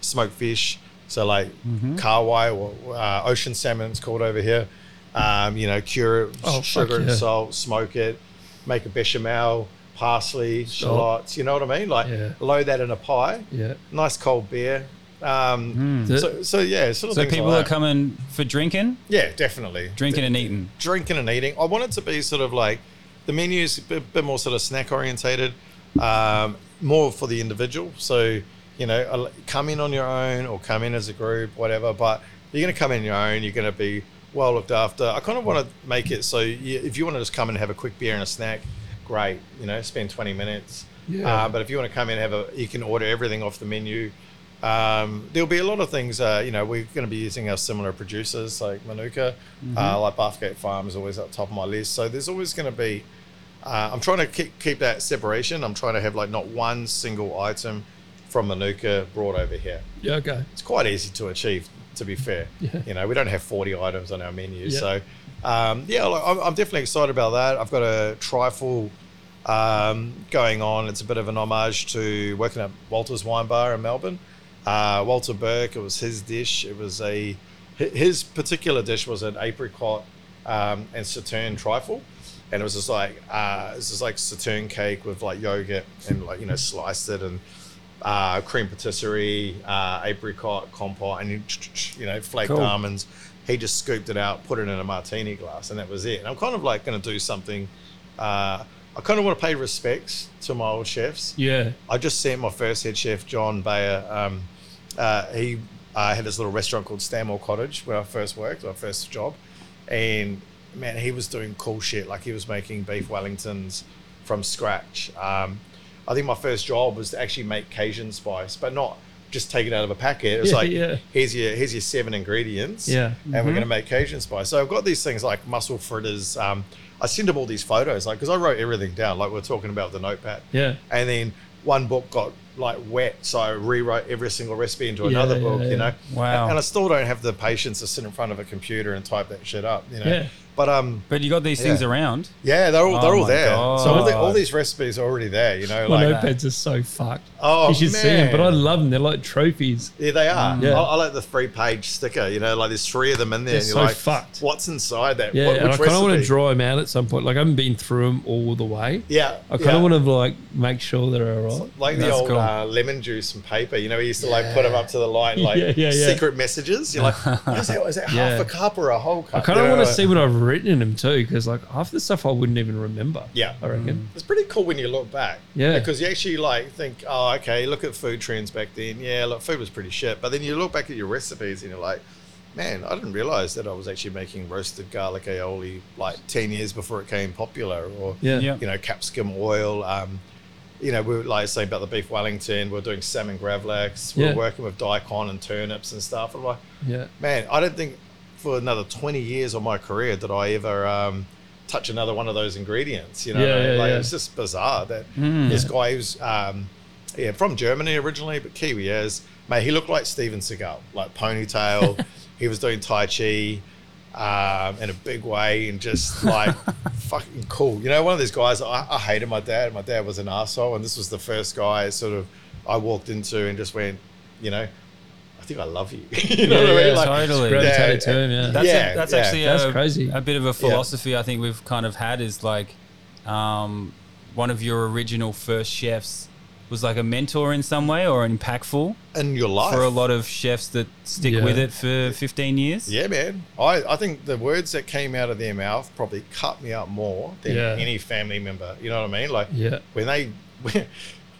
smoked fish. So like carwai or uh, ocean salmon, it's called over here. Um, you know, cure it, Oh, fuck sugar and yeah. salt, smoke it, make a bechamel, parsley, shallots. You know what I mean? Like Yeah. load that in a pie. Yeah. Nice cold beer. Um, Mm. so, so yeah, sort of so things people like are that. coming for drinking, Yeah, definitely drinking and eating. drinking and eating. I want it to be sort of like the menu's a bit, bit more sort of snack orientated, um, more for the individual. So you know, al- come in on your own or come in as a group, whatever. But you're going to come in your own. You're going to be well looked after. I kind of want to make it so you, if you want to just come and have a quick beer and a snack, great. You know, spend 20 minutes. Yeah. Uh, but if you want to come in, and have a, you can order everything off the menu. Um, there'll be a lot of things. Uh, you know, we're going to be using our similar producers like Manuka, Mm-hmm. uh, like Bathgate Farm is always at the top of my list. So there's always going to be. Uh, I'm trying to keep, keep that separation. I'm trying to have like not one single item from Manuka brought over here. Yeah. Okay. It's quite easy to achieve, to be fair. Yeah. You know, we don't have 40 items on our menu. Yeah. So, um, yeah, like, I'm, I'm definitely excited about that. I've got a trifle um, going on. It's a bit of an homage to working at Walter's Wine Bar in Melbourne. Uh, Walter Burke, it was his dish. It was a hi- his particular dish was an apricot um, and sauterne trifle, and it was just like uh, it was just like sauterne cake with like yogurt and like you know sliced it and uh, cream patisserie, uh, apricot compote, and you- you know flaked Cool. almonds. He just scooped it out, put it in a martini glass, and that was it. And I'm kind of like going to do something. Uh, I kind of want to pay respects to my old chefs. Yeah. I just sent my first head chef, John Bayer. Um, uh, he uh, had this little restaurant called Stanmore Cottage where I first worked, my first job. And man, he was doing cool shit. Like he was making beef Wellingtons from scratch. Um, I think my first job was to actually make Cajun spice, but not just take it out of a packet. It was Yeah, like, yeah. here's your here's your seven ingredients. Yeah. Mm-hmm. and we're gonna make Cajun spice. So I've got these things like mussel fritters. Um, I send him all these photos, like because I wrote everything down, like we we're talking about with the notepad. Yeah. and then one book got like wet, so I rewrote every single recipe into Yeah, another yeah, book. yeah. You know, Wow. And, I still don't have the patience to sit in front of a computer and type that shit up. You know, Yeah. but um, But you got these things Yeah. around. yeah, they're all Oh they're all my there. So all, the, all God. these recipes are already there. You know, My like notepads are so fucked. Oh, you should see them, but I man. love them. They're like trophies. Yeah, they are. Yeah. I, I like the three page sticker. You know, like there's three of them in there, They're and you're so like, fucked. what's inside that? Yeah, What- and I which kind of want to recipe? draw them out at some point. Like I haven't been through them all the way. Yeah, I kind of yeah. want to like make sure they're all right. Like the That's old cool. uh, lemon juice and paper, you know, we used to like put them up to the line, like Yeah, yeah, yeah. secret messages. You're like, is that, is that Yeah. half a cup or a whole I cup? kind of You know, want to like- see what I've written in them too, because like half the stuff I wouldn't even remember. Yeah. I reckon. It's pretty cool when you look back. Yeah. Because you actually like think, oh, okay, look at food trends back then. Yeah, look, food was pretty shit. But then you look back at your recipes and you're like, man, I didn't realize that I was actually making roasted garlic aioli like 10 years before it came popular or, Yeah. Yeah. you know, capsicum oil. Um, you know, we were like saying about the beef Wellington, we are doing salmon gravlax, we Yeah. are working with daikon and turnips and stuff. I'm like, Yeah. man, I don't think for another 20 years of my career did I ever um, touch another one of those ingredients. You know, Yeah, what I mean? yeah, like yeah. Hmm. it's just bizarre that this guy who's um, yeah from Germany originally, but Kiwi is mate. He looked like Steven Seagal, like ponytail. he was doing Tai Chi. Um, in a big way, and just like fucking cool. You know, one of these guys. I, I hated my dad. My dad was an asshole, and this was the first guy sort of I walked into and just went, you know, I think I love you. you know what I Yeah, mean? yeah, Like, totally. Yeah, Gravitated to him. Yeah. That's, Yeah, a, that's yeah. actually That's a, crazy. a bit of a philosophy I think we've kind of had is like um, one of your original first chefs was like a mentor in some way or impactful in your life for a lot of chefs that stick Yeah. with it for 15 years. Yeah, man. I, I think the words that came out of their mouth probably cut me up more than Yeah. any family member. You know what I mean? Like Yeah. when they,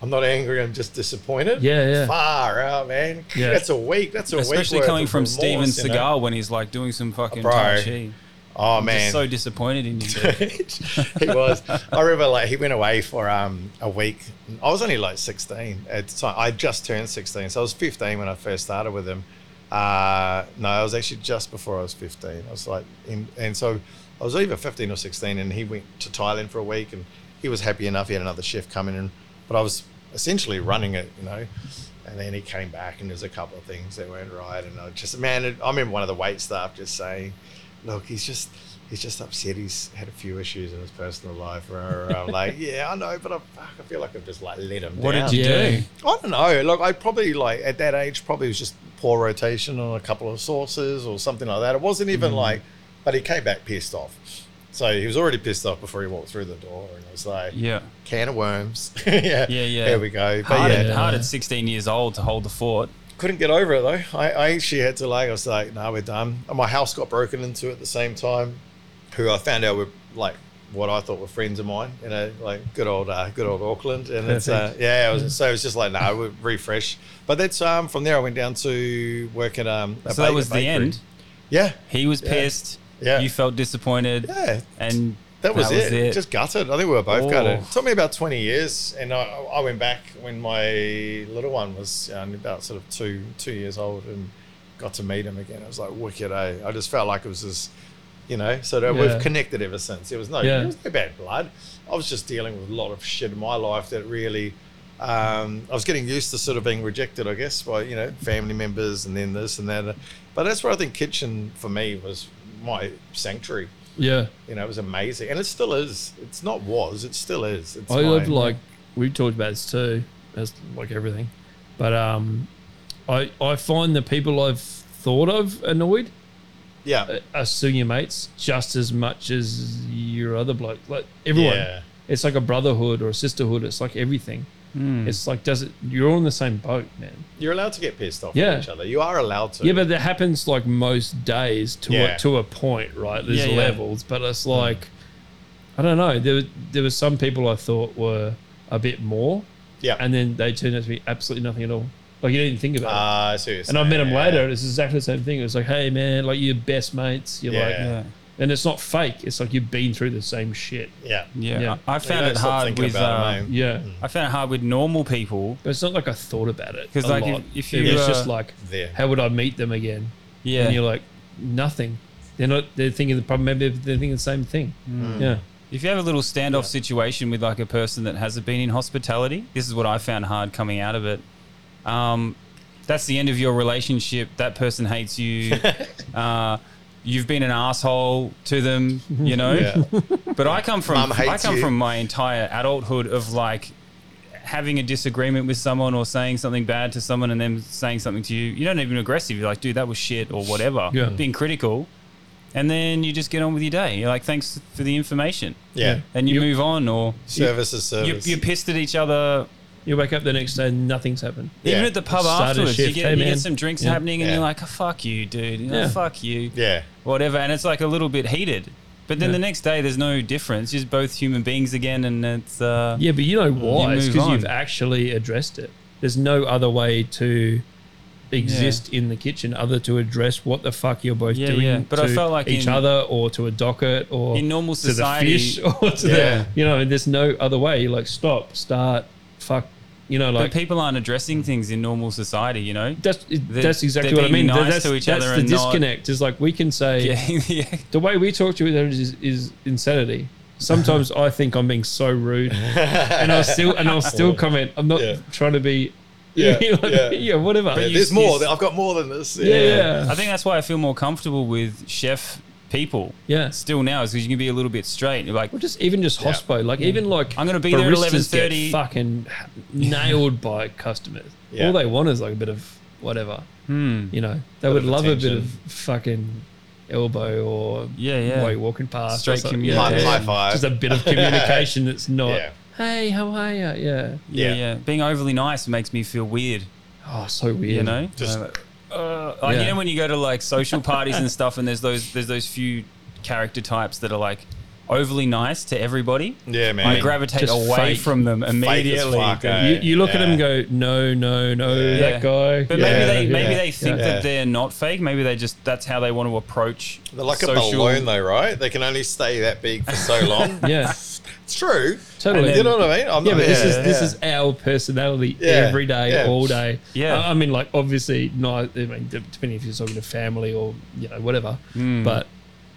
I'm not angry. I'm just disappointed. Yeah, yeah. Far out, man. Yeah. That's a week. That's a week. Especially worth coming of from remorse, Steven you know? Seagal when he's like doing some fucking Bro. Tai Chi. Oh I'm man. just so disappointed in you. dude. he was. I remember like he went away for um a week. I was only like sixteen at the time. I just turned sixteen, so I was fifteen when I first started with him. Uh, no, I was actually just before I was fifteen. I was like, in, and so I was either fifteen or sixteen, and he went to Thailand for a week, and he was happy enough. He had another chef coming in, but I was essentially running it, you know. And then he came back, and there's a couple of things that weren't right, and I just man, it, I remember one of the wait staff just saying, look, he's just he's just upset. He's had a few issues in his personal life. Or I'm like, yeah, I know, but I, fuck, I feel like I've just like let him What down. did you Yeah. do? I don't know. Like I probably like at that age probably was just poor rotation on a couple of sauces or something like that. It wasn't Mm. even like, but he came back pissed off. So he was already pissed off before he walked through the door, and I was like, Yeah. can of worms. yeah, Yeah, yeah. There we go. But Hard, yeah, at, hard at 16 years old to hold the fort. couldn't get over it though. I, I actually had to like I was like, no, we're done. And my house got broken into at the same time. Who I found out were like what I thought were friends of mine. You know, like good old uh, good old Auckland. And it's uh, yeah, it was, so it was just like no, we refresh. But that's um from there I went down to work at um. a So that ba- was the bakery. end. Yeah, He was pissed. Yeah. You felt disappointed. yeah. And That was, it. Just gutted. I think we were both Oh. gutted. It took me about 20 years. And I, I went back when my little one was um, about sort of two two years old and got to meet him again. It was like wicked, eh? I just felt like it was this, you know, so that Yeah. we've connected ever since. There was no, Yeah. there was no bad blood. I was just dealing with a lot of shit in my life that really, um, I was getting used to sort of being rejected, I guess, by, you know, family members and then this and that. But that's where I think kitchen for me was my sanctuary. Yeah. You know, it was amazing, and it still is. It's not was, it still is. It's I loved mine. like we talked about this too, as like everything, but um, I I find the people I've thought of annoyed yeah, are still your mates just as much as your other bloke. Like everyone, Yeah. it's like a brotherhood or a sisterhood. It's like everything. Hmm. It's like does it? You're all in the same boat, man. you're allowed to get pissed off Yeah. at each other. You are allowed to. Yeah, but that happens like most days to Yeah. a, to a point, right? There's Yeah, yeah. levels, but it's like I don't know. There were- there were some people I thought were a bit more, yeah, and then they turned out to be absolutely nothing at all. Like you didn't even think about it. uh, seriously. And I met them later. and It's exactly the same thing. It was like, hey man, like you're best mates. You're Yeah. like, Yeah. and it's not fake. It's like you've been through the same shit. Yeah. Yeah, Yeah. I, I You found don't it stop hard thinking with. about it, uh, mate. Yeah, I found it hard with normal people. but it's not like I thought about it 'Cause, a like, if- lot. if It you, was uh, just like, There. how would I meet them again? Yeah, And you're like, nothing. They're not. They're thinking the problem. Maybe they're thinking the same thing. Hmm. Yeah. If you have a little standoff situation with like a person that hasn't been in hospitality, this is what I found hard coming out of it. Um, that's the end of your relationship. That person hates you. uh, you've been an asshole to them, you know. Yeah. But I come from Mum hates I come you. from my entire adulthood of like having a disagreement with someone or saying something bad to someone and them saying something to you. You don't even aggressive. You're like, dude, that was shit or whatever. Yeah. Being critical. And then you just get on with your day. You're like, thanks for the information. Yeah. And you move on or Service is you, service. you're pissed at each other. You wake up the next day, and nothing's happened. Even Yeah. at the pub Start a afterwards, you shift. get, Hey, you man. get some drinks Yeah. happening and Yeah. you're like, oh, fuck you, dude. You know, Yeah. Fuck you. yeah. Whatever. And it's like a little bit heated. But then Yeah. the next day, there's no difference. Just both human beings again. And it's. Uh, Yeah, but you know why? it's move because you've on. actually addressed it. There's no other way to exist in the kitchen other to address what the fuck you're both Yeah, doing yeah. But to I felt like each in- other or to a docket or In normal to the society- fish or to Yeah. the you know there's no other way like stop start fuck you know like but people aren't addressing things in normal society, you know? that's that's exactly they're what I mean being nice that's, to each that's other the and not- disconnect is like we can say Yeah. yeah. the way we talk to each other is, is insanity. Sometimes I think I'm being so rude, and I'll still and I'll still comment. I'm not Yeah. trying to be, Yeah, you know, yeah. yeah, whatever. Yeah, There's more. I've got more than this. yeah, yeah, I think that's why I feel more comfortable with chef people yeah. still now, is because you can be a little bit straight. You're like, Well, just even just hospo, like even like I'm gonna be there at baristas get 11:30. Fucking nailed by customers. Yeah. All they want is like a bit of whatever. Hmm. You know, they would of love a bit attention. of fucking elbow or Yeah, yeah. while you're walking past Straight or something. communication. High- high five. Just a bit of communication that's not. Yeah. Hey, how are you? Yeah. yeah, Yeah. yeah. Being overly nice makes me feel weird, Oh, so weird. you know? Uh, Just Like Yeah. you know when you go to like social parties and stuff, and there's those there's those few character types that are like overly nice to everybody. yeah, man. I gravitate Just away fake- from them as immediately. fuck, But eh? You, you look at him Yeah. and go, no, no, no, Yeah. that guy. maybe Yeah, they yeah, maybe they think Yeah. that they're not fake. Maybe they just that's how they want to approach. They're like a social. balloon, though, right? They can only stay that big for so long. Yeah, It's true. totally. you know what I mean? I'm yeah, not, but this is yeah, this yeah. is our personality Yeah, every day, yeah. all day. Yeah. I, I mean, like obviously, not. I mean, de- depending if you're talking to family or you know whatever, Mm. but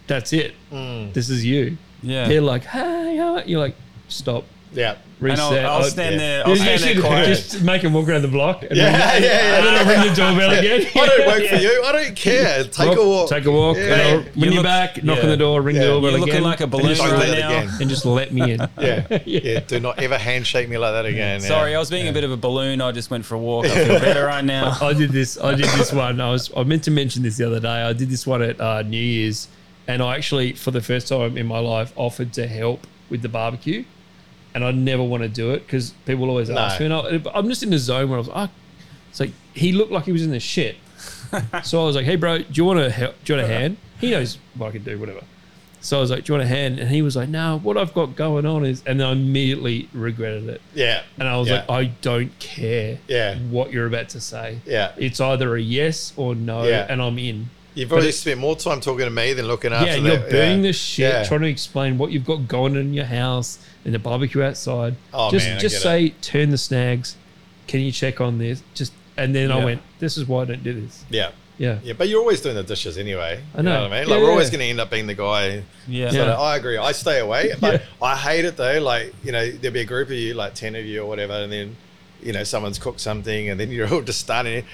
that's it. Mm. This is you. Yeah. They're like, hey, how are-" you're like, stop, yeah. And reset. I'll, I'll I- stand yeah. there. You I'll stand there should quiet. just make him walk around the block and ring, Yeah, yeah, and then yeah. I'll ring the doorbell again. I don't work for you. I don't care. Take Walk, a walk. Take a walk. And I'll, Yeah. when you're look- back, knock on yeah. the door, ring Yeah. the doorbell You're looking again, like a and balloon just- Don't do right that now. again. and just let me in. Yeah. yeah. Yeah. Do not ever handshake me like that again. yeah. Sorry, I was being a bit of a balloon. I just went for a walk. I feel better right now. I did this. I did this one. I was. I meant to mention this the other day. I did this one at uh, New Year's, and I actually, for the first time in my life, offered to help with the barbecue, and I never want to do it because people always ask me, and I, I'm just in the zone where I was. Oh. It's like he looked like he was in the shit, so I was like, "Hey, bro, do you want to help? Do you want a hand?" He knows what I can do, whatever. So I was like, "Do you want a hand?" And he was like, "No, what I've got going on is," and then I immediately regretted it. Yeah. And I was Yeah. like, I don't care Yeah. what you're about to say. Yeah. It's either a yes or no, Yeah. and I'm in. You've already it- spent more time talking to me than looking after yeah, you're that. burning the shit, Yeah. trying to explain what you've got going on in your house and the barbecue outside. Oh, just man, I just get say, turn the snags. Can you check on this? Just and then I Yeah. went, This is why I don't do this. Yeah. Yeah. Yeah, but you're always doing the dishes anyway. I You know know. what I mean? Yeah, Like, we're yeah, always yeah. going to end up being the guy Yeah. Yeah. I agree. I stay away, but I hate it though. Like you know, there'll be a group of you, like ten of you or whatever, and then you know someone's cooked something, and then you're all just starting.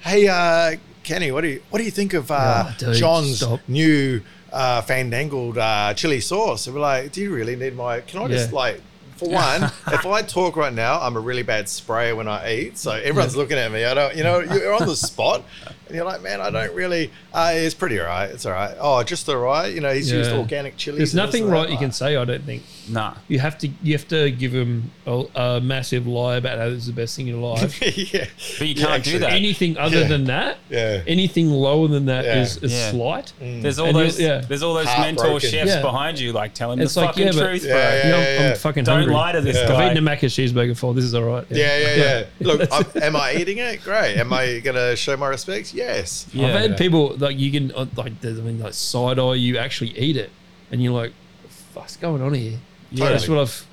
Hey, uh, Kenny, what do you what do you think of uh, Oh, dude, John's stop. new uh, fandangled uh, chili sauce? And we're like, do you really need my? Can I just Yeah. like? For one, if I talk right now, I'm a really bad sprayer when I eat, so everyone's looking at me. I don't, you know, you're on the spot, and you're like, man, I don't really. Uh, it's pretty alright. It's alright. Oh, just alright. You know, he's used Yeah. organic chili. There's nothing right you can say, I don't think. Nah. You have to you have to give him a, a massive lie about how this is the best thing in your life. yeah. But you Yeah, can't do actually. that. Anything other Yeah. than that, Yeah. anything lower than that Yeah. Mm. is is Yeah. slight. There's all And you- those yeah. there's all those mentor Heartbroken. chefs Yeah. behind you like telling It's the like, fucking yeah, but- truth, Yeah, bro. yeah. You know, I'm fucking Don't even lie to this I've guy. eaten a mac and cheeseburger before. This is all right. Yeah, yeah, yeah. Look, I'm, am I eating it? Great. Am I gonna show my respects? Yes. Yeah. I've had people like you can uh, like there's, I mean like side eye you actually eat it and you're like, what the fuck's going on here? Yeah. That's what I've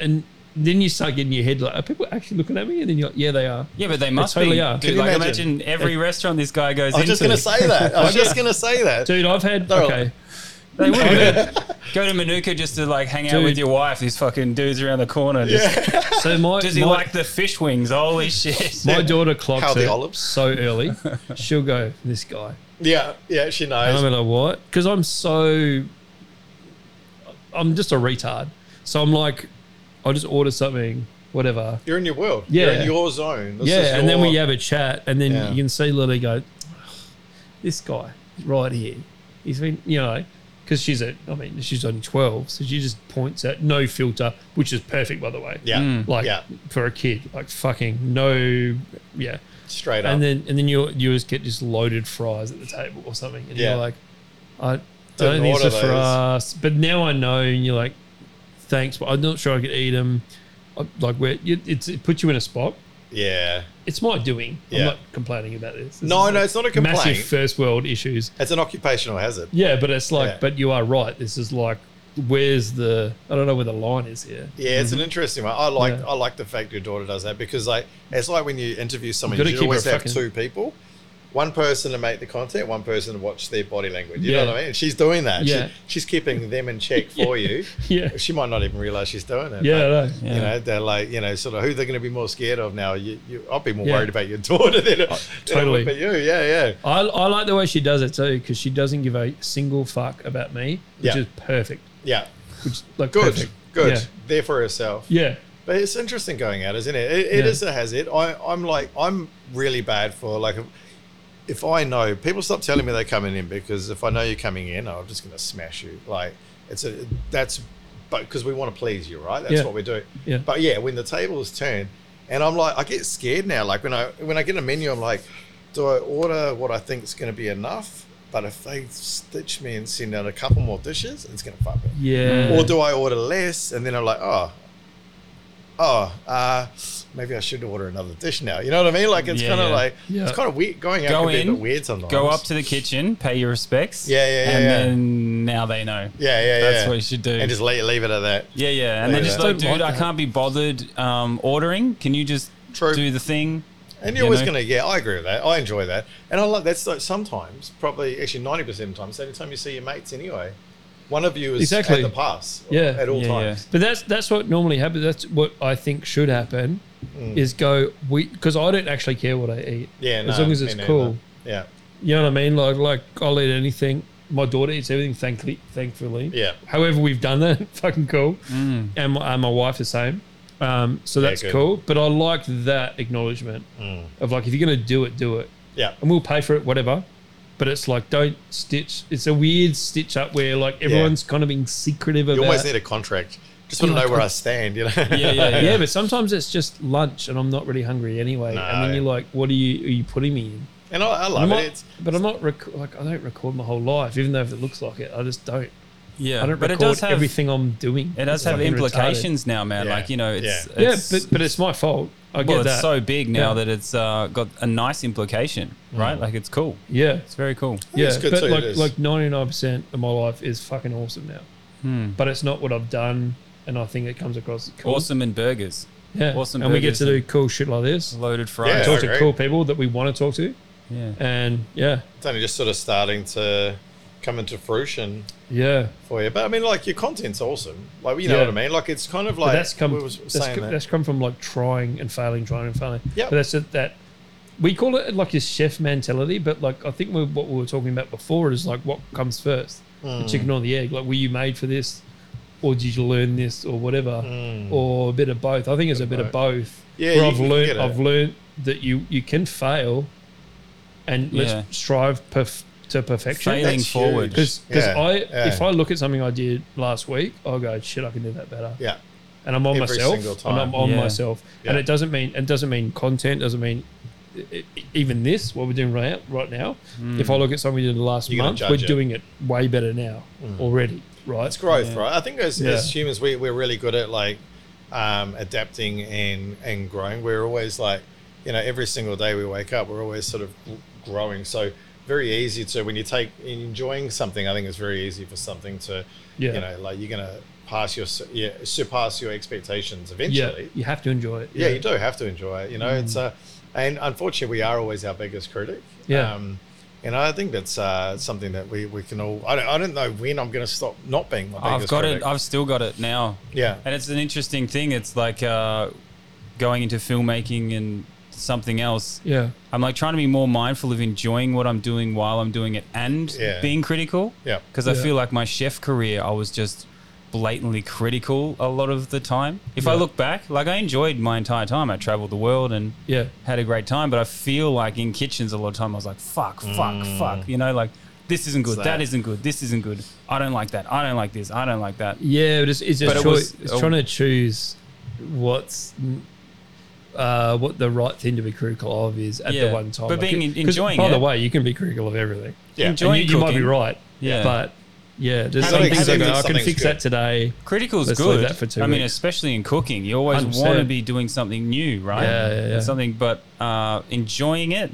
and then you start getting your head like, are people actually looking at me? And then you're like, yeah, they are. yeah, but they must totally be. are. Dude, Can you like, imagine? imagine, every restaurant this guy goes I was into. just gonna say that. I was just gonna say that. Dude, I've had They're all- okay. They would be. Go to Manuka just to like hang out Dude. with your wife. These fucking dudes around the corner. Just, So my Does he my, like the fish wings? Holy shit! my daughter clocks How the it olives? so early. She'll go this guy. Yeah, yeah. She And knows. I'm like, what? Because I'm so, I'm just a retard. So I'm like, I just order something, whatever. You're in your world. You're Yeah. in your zone. This is yeah, and then your- we have a chat, and then Yeah. you can see Lily go, this guy right here. He's been, you know, because she's a, I mean, she's only twelve, so she just points at no filter, which is perfect by the way. Yeah. Mm. like yeah. for a kid, like fucking no, yeah. Straight up. And then and then you you just get just loaded fries at the table or something, and Yeah. you're like, I, I Didn't don't think order it's for those. us. But now I know, and you're like, thanks, but I'm not sure I could eat them. I, like where you, it's, it puts you in a spot. yeah. It's my doing. Yeah. I'm not complaining about this. This No, is no, like it's not a complaint. Massive first world issues. It's an occupational hazard. Yeah, but it's like, Yeah. but you are right. This is like, where's the? I don't know where the line is here. Yeah, it's an interesting one. I like Mm-hmm. Yeah. I like the fact your daughter does that because like it's like when you interview someone, you Gotta should keep always her have fucking- two people. One person to make the content, one person to watch their body language. You know Yeah. what I mean? And she's doing that. She- Yeah. she's keeping them in check for you. Yeah. She might not even realize she's doing it. Yeah, I but, know. You Yeah. know, they're like, you know, sort of who they're going to be more scared of now. You, you, I'll be more Yeah. Oh, worried about your daughter than, totally. than it would be you. Yeah, yeah. I, I like the way she does it too because she doesn't give a single fuck about me, which Yeah. is perfect. Yeah. Which like Good. perfect. Good. Yeah. There for herself. Yeah. But it's interesting going out, isn't it? It, it Yeah. is a hazard. I, I'm like, I'm really bad for like, if I know people stop telling me they're coming in because if I know you're coming in, I'm just gonna smash you. Like it's a that's, but because we want to please you, right? That's Yeah. what we do. Yeah. But yeah, when the tables turn, and I'm like, I get scared now. Like when I when I get a menu, I'm like, do I order what I think is gonna be enough? But if they stitch me and send out a couple more dishes, it's gonna fuck me Yeah. or do I order less? And then I'm like, oh, oh, uh, maybe I should order another dish now. You know what I mean? Like it's Yeah, kind of yeah. like Yeah. it's kind of weird going out. Go can be a in, bit weird sometimes. Go up to the kitchen, pay your respects. Yeah, yeah, yeah, And yeah. then now they know. yeah, yeah, yeah. That's what you should do. and just leave, leave it at that. yeah, yeah. And then Yeah. just I like, don't dude, like I that. can't be bothered um, ordering. Can you just True. do the thing? And you're You always know? gonna, yeah, I agree with that. I enjoy that, and I like that's like sometimes, probably actually ninety percent of the time, it's the only time you see your mates anyway. One of you is Exactly. at the pass, Yeah. at all Yeah, times. But that's that's what normally happens. That's what I think should happen is go we because I don't actually care what I eat. Mm. Yeah, As no, long as me it's neither. cool. Yeah, You know what I mean? Like like I'll eat anything. My daughter eats everything. Thankfully, thankfully. Yeah. However, we've done that. Fucking cool. And, my, and my wife the same. Um, so that's good. Mm. cool. But I liked that acknowledgement of like if you're gonna do it, do it, yeah, and we'll pay for it, whatever. But it's like don't stitch. It's a weird stitch up where like everyone's kind of being secretive you about. always need a contract. Just want to know where I stand. You know. Yeah, yeah, yeah, yeah. but sometimes it's just lunch, and I'm not really hungry anyway. No. And then you're like, "What are you? Are you putting me in?" and I, I I'm love not, it. It's, but I'm not rec- like I don't record my whole life, even though if it looks like it, I just don't. Yeah. I don't but record it does have everything I'm doing. It does It's have fucking implications now, man. Yeah. Like, Like you you know, know, it's- it's, retarded. yeah, but, but it's my fault. I get well, that. it's so big now Yeah. Mm. that it's uh, got a nice implication, right? Like it's cool. yeah, It's very cool. yeah. it's good but too, it like is. like 99 percent of my life is fucking awesome now. Hmm. But it's not what I've done, and I think it comes across as cool. Awesome and burgers, yeah. awesome And we get burgers to do and- cool shit like this. loaded Yeah. fries. Talk to agree. cool people that we want to talk to, Yeah. and yeah, it's only just sort of starting to come into fruition yeah. for you. But I mean, like your content's awesome. Like you know Yeah. what I mean. Like it's kind of But like that's come we was that's, saying co- that. that's come from like trying and failing, trying and failing. Yep. But that's it, that we call it like your chef mentality, but like I think we what we were talking about before is like what comes first, Hmm. the chicken or the egg. Like were you made for this, or did you learn this, or whatever, Hmm. or a bit of both. I think it's a bit of both. Yeah, where you I've can get learned it. I've learned that you you can fail, and Yeah. let's strive perf- to perfection. Failing That's forward. huge. Because Yeah, I yeah. if I look at something I did last week, I'll go shit. I can do that better yeah, and I'm on Every myself. single And time. I'm on Yeah. myself, and Yeah. it doesn't mean it doesn't mean content doesn't mean e- e- even this what we're doing right right now. Hmm. If I look at something we did last You're gonna month, judge we're it. Hmm. doing it way better now already, right? it's growth, right? I think as, Yeah. as humans, we we're really good at like um, adapting and and growing. We're always like, you know, every single day we wake up, we're always sort of g- growing. So very easy to when you take in enjoying something. I think it's very easy for something to, Yeah. you know, like you're gonna pass your su- yeah, surpass your expectations Yeah, eventually. you have to enjoy it. Yeah, you do have to enjoy it. You know, it's uh, and unfortunately, we are always our biggest critic. Yeah. Um, and I think that's uh, something that we, we can all. I don't, I don't know when I'm going to stop not being my biggest I've got critic. it. I've still got it now. yeah. And it's an interesting thing. It's like uh, going into filmmaking and something else. Yeah. I'm like trying to be more mindful of enjoying what I'm doing while I'm doing it and Yeah. being critical. Yeah. Because I Yeah. feel like my chef career, I was just blatantly critical a lot of the time. If I look back, like I enjoyed my entire time. I traveled the world and Yeah. had a great time, but I feel like in kitchens a lot of time I was like, fuck, fuck, Mm. fuck. You know, like this isn't good, It's that. that isn't good, this isn't good. I don't like that. I don't like this. I don't like that. Yeah, but it's, it's just But it choi- was- it's trying to choose what's uh, what the right thing to be critical of is at Yeah, the one time. but Like, being en- 'cause enjoying By the it. way, you can be critical of everything. Yeah. And you, Enjoying you might be cooking. right. Yeah. but yeah, there's Having some things that accepted go, I can something's fix good. that today. Critical's Let's leave good. that for two I mean, weeks. especially in cooking, you always 100%. want to be doing something new, right? Yeah, yeah, yeah. And Something, but uh, enjoying it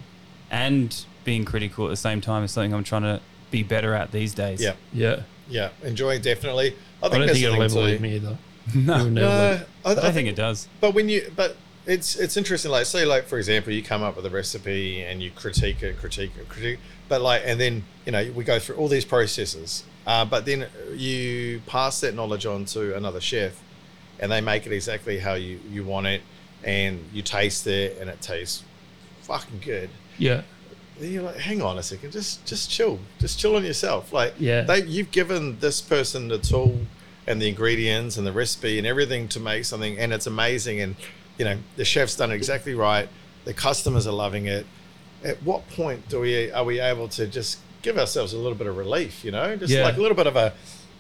and being critical at the same time is something I'm trying to be better at these days. Yeah. Yeah, Yeah. Enjoying definitely. I I, think don't that's think it'll the level thing with too. me either. No. It will never level. No, I, I think it does. But when you, but it's it's interesting. Like, say, like for example, you come up with a recipe and you critique it, critique it, critique. But like, and then you know we go through all these processes. Uh, but then you pass that knowledge on to another chef, and they make it exactly how you you want it, and you taste it, and it tastes fucking good. Yeah, Then you're like, hang on a second, just just chill, just chill on yourself. Like, Yeah. they, you've given this person the tool and the ingredients and the recipe and everything to make something, and it's amazing. And you know, the chef's done it exactly right. The customers are loving it. At what point do we are we able to just give ourselves a little bit of relief? You know, just Yeah. like a little bit of a,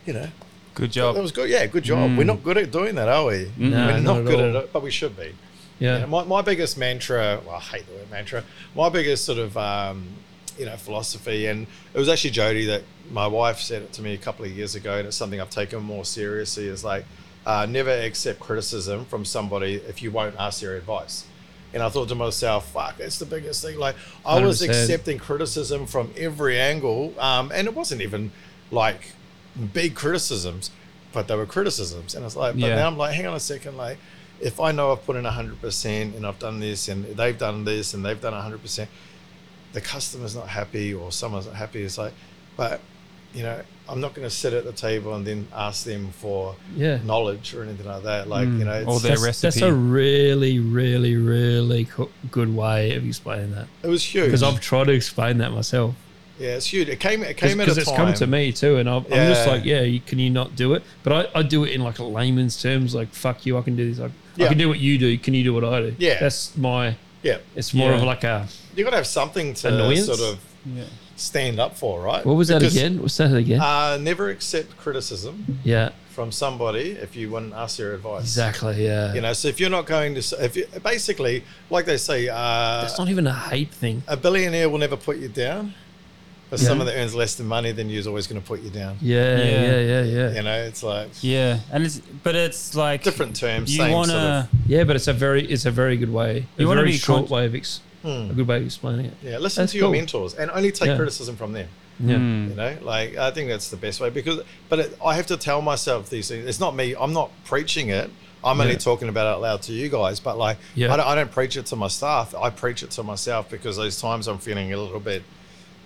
you know, Good that job. was good. Yeah, good job. We're not good at doing that, are we? Mm. Mm-hmm. No, We're not not, at good all. at it, but we should be. yeah, You know, my, my biggest mantra, well, I hate the word mantra, my biggest sort of, um, you know, philosophy, and it was actually Jody that my wife said it to me a couple of years ago, and it's something I've taken more seriously is like, uh, never accept criticism from somebody if you won't ask their advice. And I thought to myself, fuck, that's the biggest thing. Like, I was 100%. accepting criticism from every angle, um, and it wasn't even like big criticisms, but they were criticisms. And it's like, but Yeah. now I'm like, hang on a second, like, if I know I've put in 100% and I've done this and they've done this and they've done 100%, the customer's not happy or someone's not happy. It's like, but, you know, I'm not going to sit at the table and then ask them for yeah. knowledge or anything like that. Like, Mm. you know, Or it's, their that's, recipe. that's a really, really, really co- good way of explaining that it was huge. because I've tried to explain that myself. yeah, it's huge. It came, it came at a because time. it's come to me too, and I'm, I'm just Yeah. like, yeah, you, can you not do it? But I, I do it in like a layman's terms, like fuck you, I can do this. I, I Yeah. can do what you do. Can you do what I do? Yeah. that's my. Yeah. It's more Yeah. of like a You've got to have something to Annoyance? sort of Yeah. stand up for, right? what was that Because, again? What's that again? Uh, never accept criticism yeah, from somebody if you wouldn't ask their advice. exactly. Yeah, You know, so if you're not going to, s- if you, basically, like they say, uh, that's not even a hate thing. a billionaire will never put you down, but someone that earns less than money than you is always going to put you down. Yeah, Yeah. yeah, yeah, yeah, yeah. You know, it's like Yeah. And it's, but it's like different terms, You same want sort to, of. but it's a very, it's a very good way. A You wanna very be short con- way of ex- a good way of explaining it. Hmm. Yeah, listen That's to your cool. mentors and only take Yeah. criticism from them. Yeah, You know, like I think that's the best way because, but it, I have to tell myself these things. It's not me. I'm not preaching it. I'm only Yeah. talking about it out loud to you guys. But like, Yeah. I, don't, I don't preach it to my staff. I preach it to myself because those times I'm feeling a little bit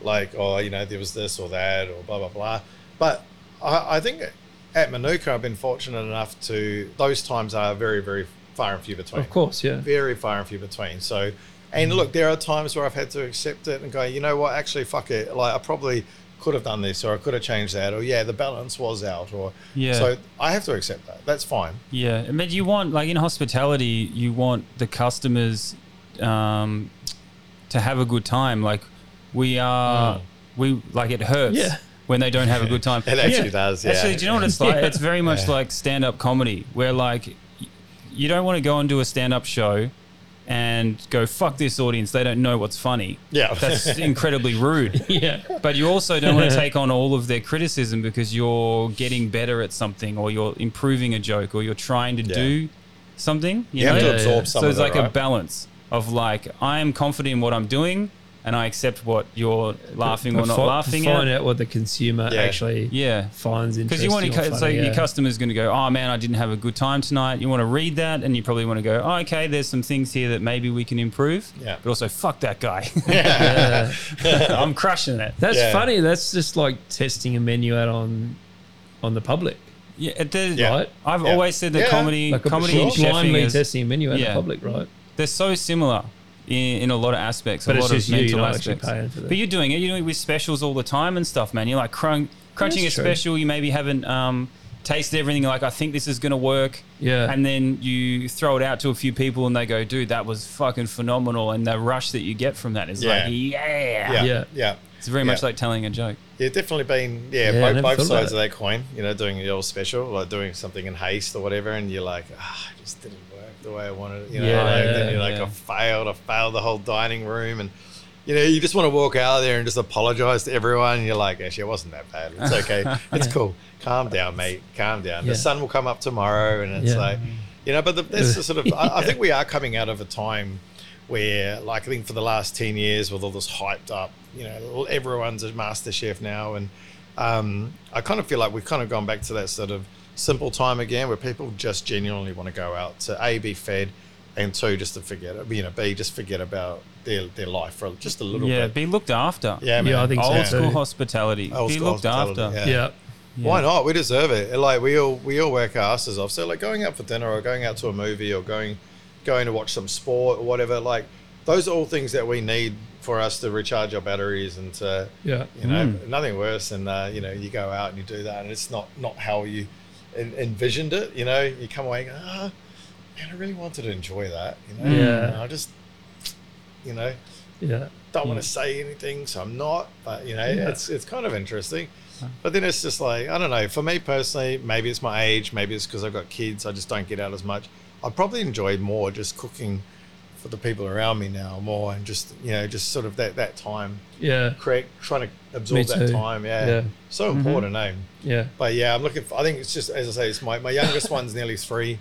like, oh, you know, there was this or that or blah blah blah. But I, I think at Manuka, I've been fortunate enough to those times are very very far and few between of course. Yeah, very far and few between. So, and look, there are times where I've had to accept it and go, you know what, actually, fuck it. Like, I probably could have done this or I could have changed that or, yeah, the balance was out or, Yeah. So I have to accept that. That's fine. Yeah, I mean, you want like in hospitality, you want the customers um, to have a good time. Like we are, we like it hurts Yeah. when they don't have a good time. It actually does. Yeah. Actually, do you know what it's like? Yeah. It's very much like stand up comedy, where like y- you don't want to go and do a stand up show and go fuck this audience. They don't know what's funny. Yeah. that's incredibly rude. yeah, But you also don't want to take on all of their criticism because you're getting better at something or you're improving a joke or you're trying to do something. You You have know? to Yeah, yeah. absorb some so of it's that, like a right? balance of like I am confident in what I'm doing and I accept what you're laughing or not Fi- laughing Find at. out what the consumer Yeah. actually Yeah. finds interesting. Because you want to, or cu- funny, so yeah. your customer's going to go, oh man, I didn't have a good time tonight. You want to read that, and you probably want to go, oh, okay, there's some things here that maybe we can improve. Yeah. But also, fuck that guy. I'm crushing it. That's Yeah. funny. That's just like testing a menu out on on the public, Yeah. it- there- Yeah. right? I've Yeah. always said that Yeah. comedy, Like comedy and bl- blindly chefing is, testing a menu out yeah. in public, right? they're so similar in, in a lot of aspects, But a it's lot of just you, you're mental not actually aspects. paying for that. But you're doing it. You're doing it with specials all the time and stuff, man. You're like crunch, crunching a That's true. special. You maybe haven't um, tasted everything. You're like, I think this is going to work. Yeah. And then you throw it out to a few people and they go, dude, that was fucking phenomenal. And the rush that you get from that is Yeah. like, yeah. yeah, Yeah. yeah, It's very much Yeah. like telling a joke. Yeah, definitely been yeah, Yeah, I never both, both thought about sides of that coin. You know, doing your special, like doing something in haste or whatever, and you're like, ah, it just didn't work the way I wanted it. You know, Yeah, like, yeah, then you're like, yeah. I failed. I failed the whole dining room, and you know, you just want to walk out of there and just apologize to everyone. And you're like, actually, it wasn't that bad. It's okay. it's cool. Calm down, mate. Calm down. Yeah. The sun will come up tomorrow, and it's Yeah. like, you know, but the, that's the sort of. I, I think we are coming out of a time where, like, I think for the last ten years, with all this hyped up, you know, everyone's a master chef now, and um, I kind of feel like we've kind of gone back to that sort of simple time again, where people just genuinely want to go out to a be fed, and two just to forget, you know, b just forget about their their life for just a little Yeah. bit. Be looked after. Yeah, man. I think so. Old Yeah. school Yeah. hospitality. Old be school looked hospitality, after. yeah. Yeah. Why not? We deserve it. And, Like we all we all work our asses off. So like going out for dinner or going out to a movie or going going to watch some sport or whatever. Like those are all things that we need for us to recharge our batteries and to Yeah. you know Mm. nothing worse than uh, you know you go out and you do that and it's not not how you en- envisioned it. You know you come away going, ah man I really wanted to enjoy that. You know Yeah. And I just you know Yeah. don't want to say anything, so I'm not. But you know, it's it's kind of interesting. But then it's just like I don't know. For me personally, maybe it's my age, maybe it's because I've got kids. I just don't get out as much. I probably enjoy more just cooking for the people around me now more, and just you know, just sort of that that time, Yeah. correct, trying to absorb that too. time. Yeah, Yeah. so important, eh? Yeah. But yeah, I'm looking. For, I think it's just as I say, it's my my youngest one's nearly three.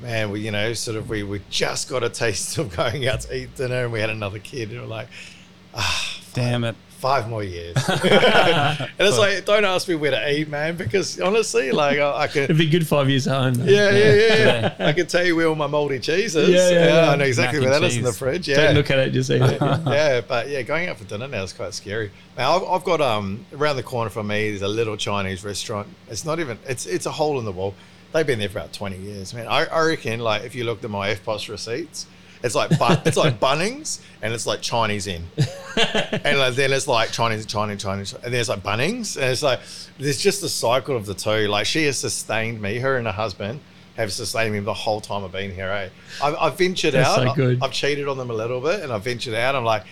Man, we you know sort of we we just got a taste of going out to eat dinner, and we had another kid, and we're like Damn it. five more years. and it's like, don't ask me where to eat, man, because honestly, like I, I It'd could. be good five years home. though. Yeah, yeah, yeah. I can tell you where all my moldy cheese is. Yeah, yeah, yeah. I know exactly Mac where and that is in the cheese. fridge. Yeah. Don't look at it. Just eat it. yeah, but yeah, going out for dinner now is quite scary. Now I've, I've got um around the corner from me there's a little Chinese restaurant. It's not even it's it's a hole in the wall. They've been there for about twenty years, man. I, I reckon like if you looked at my FPOS receipts, it's like bun, it's like Bunnings and it's like Chinese in, and like, then it's like Chinese Chinese Chinese, and there's like Bunnings and it's like there's just a cycle of the two. Like she has sustained me, her and her husband. Have sustained me the whole time I've been here. Eh? I've, I've ventured That's out. so I- good. I've cheated on them a little bit and I ventured out. I'm like,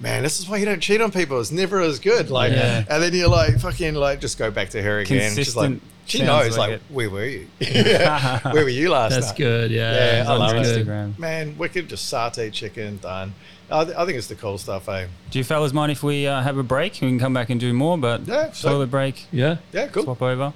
man, this is why you don't cheat on people. It's never as good. Like, Yeah. and then you're like, fucking, like, just go back to her again. She's like, Consistent she sounds knows, like like, it. where were you? where were you last That's night? good. Yeah. Yeah, I love on it. Instagram. Man, wicked, just satay chicken done. I, th- I think it's the cool stuff, eh? Do you fellas mind if we uh, have a break? We can come back and do more, but Yeah, sure. toilet break, Yeah. Yeah, cool. swap over.